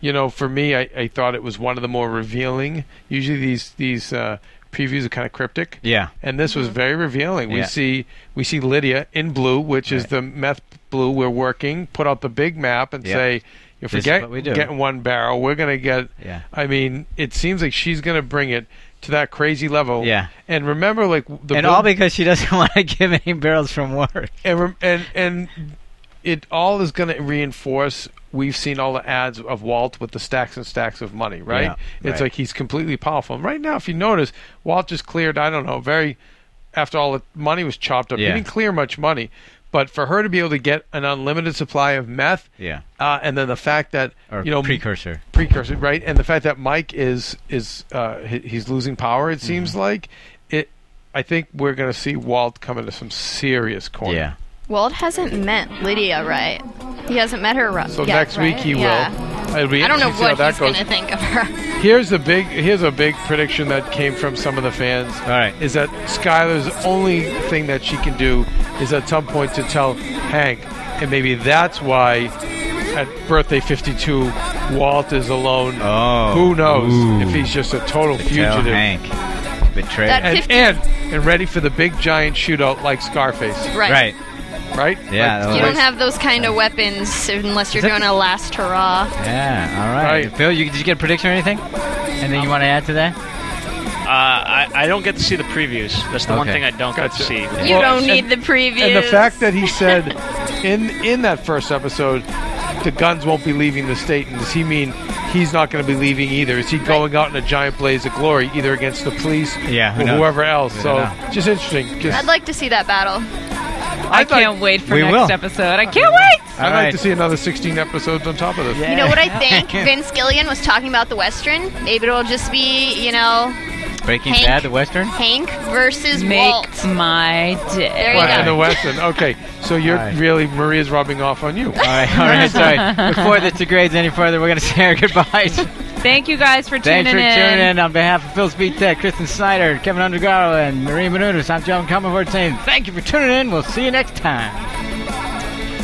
you know, for me, I, I thought it was one of the more revealing. Usually, these these uh, previews are kind of cryptic. yeah, And this Mm-hmm. was very revealing. We Yeah. see we see Lydia in blue, which is the meth blue we're working. Put out the big map and Yeah. say, "You This is forget what we do." getting one barrel. We're gonna get." Yeah. I mean, it seems like she's gonna bring it to that crazy level. Yeah. And remember, like the and blue- all because she doesn't want to give any barrels from work. and rem- and and it all is going to reinforce we've seen all the ads of Walt with the stacks and stacks of money, right? Yeah, it's right. like he's completely powerful. And right now, if you notice, Walt just cleared, I don't know, very after all the money was chopped up, Yeah. he didn't clear much money. But for her to be able to get an unlimited supply of meth, Yeah. uh, and then the fact that Or you know precursor. precursor, right? And the fact that Mike is is uh, he- he's losing power. It seems Mm-hmm. like it. I think we're going to see Walt come into some serious corner. Yeah. Walt hasn't met Lydia, right? He hasn't met her ru- So yet, next week right? he Yeah. will. It'll be I don't know interesting to see how what that he's goes. going to think of her. Here's the big. Here's a big prediction that came from some of the fans. All right. Is that Skylar's only thing that she can do is at some point to tell Hank, and maybe that's why at birthday 52 Walt is alone. Oh. Who knows Ooh. if he's just a total Tell fugitive? Hank. Betrayed. That- And, and and ready for the big giant shootout like Scarface, Right. right. right? Yeah, that Like, You was- don't have those kind of weapons unless you're Is that- doing a last hurrah. Yeah. All right. Right. Phil, you, did you get a prediction or anything? Anything you want to add to that? Uh, I, I don't get to see the previews. That's the one Okay. thing I don't get Gotcha. to see. You Well, don't and- need the previews. And the fact that he said in in that first episode, the guns won't be leaving the state. And does he mean he's not going to be leaving either? Is he going out in a giant blaze of glory, either against the police Yeah, who or knows? whoever else? We So don't just interesting. Just, I'd like to see that battle. I can't wait for We next will. episode. I can't wait. All I'd like right. to see another 16 episodes on top of this. You know what I think? Vince Gillian was talking about the Western. Maybe it'll just be, you know, Breaking Hank. Bad, the Western. Hank versus Walt. Make my There day. you Well, and go. the Western. Okay, so you're All right. really Maria's rubbing off on you. All right, all right, sorry. Before this degrades any further, we're going to say our goodbyes. Thank you guys for tuning Thanks for in. tuning in. On behalf of Phil Speed Tech, Kristen Snyder, Kevin Undergaro, and Maria Menounos, I'm John Comerford saying thank you for tuning in. We'll see you next time.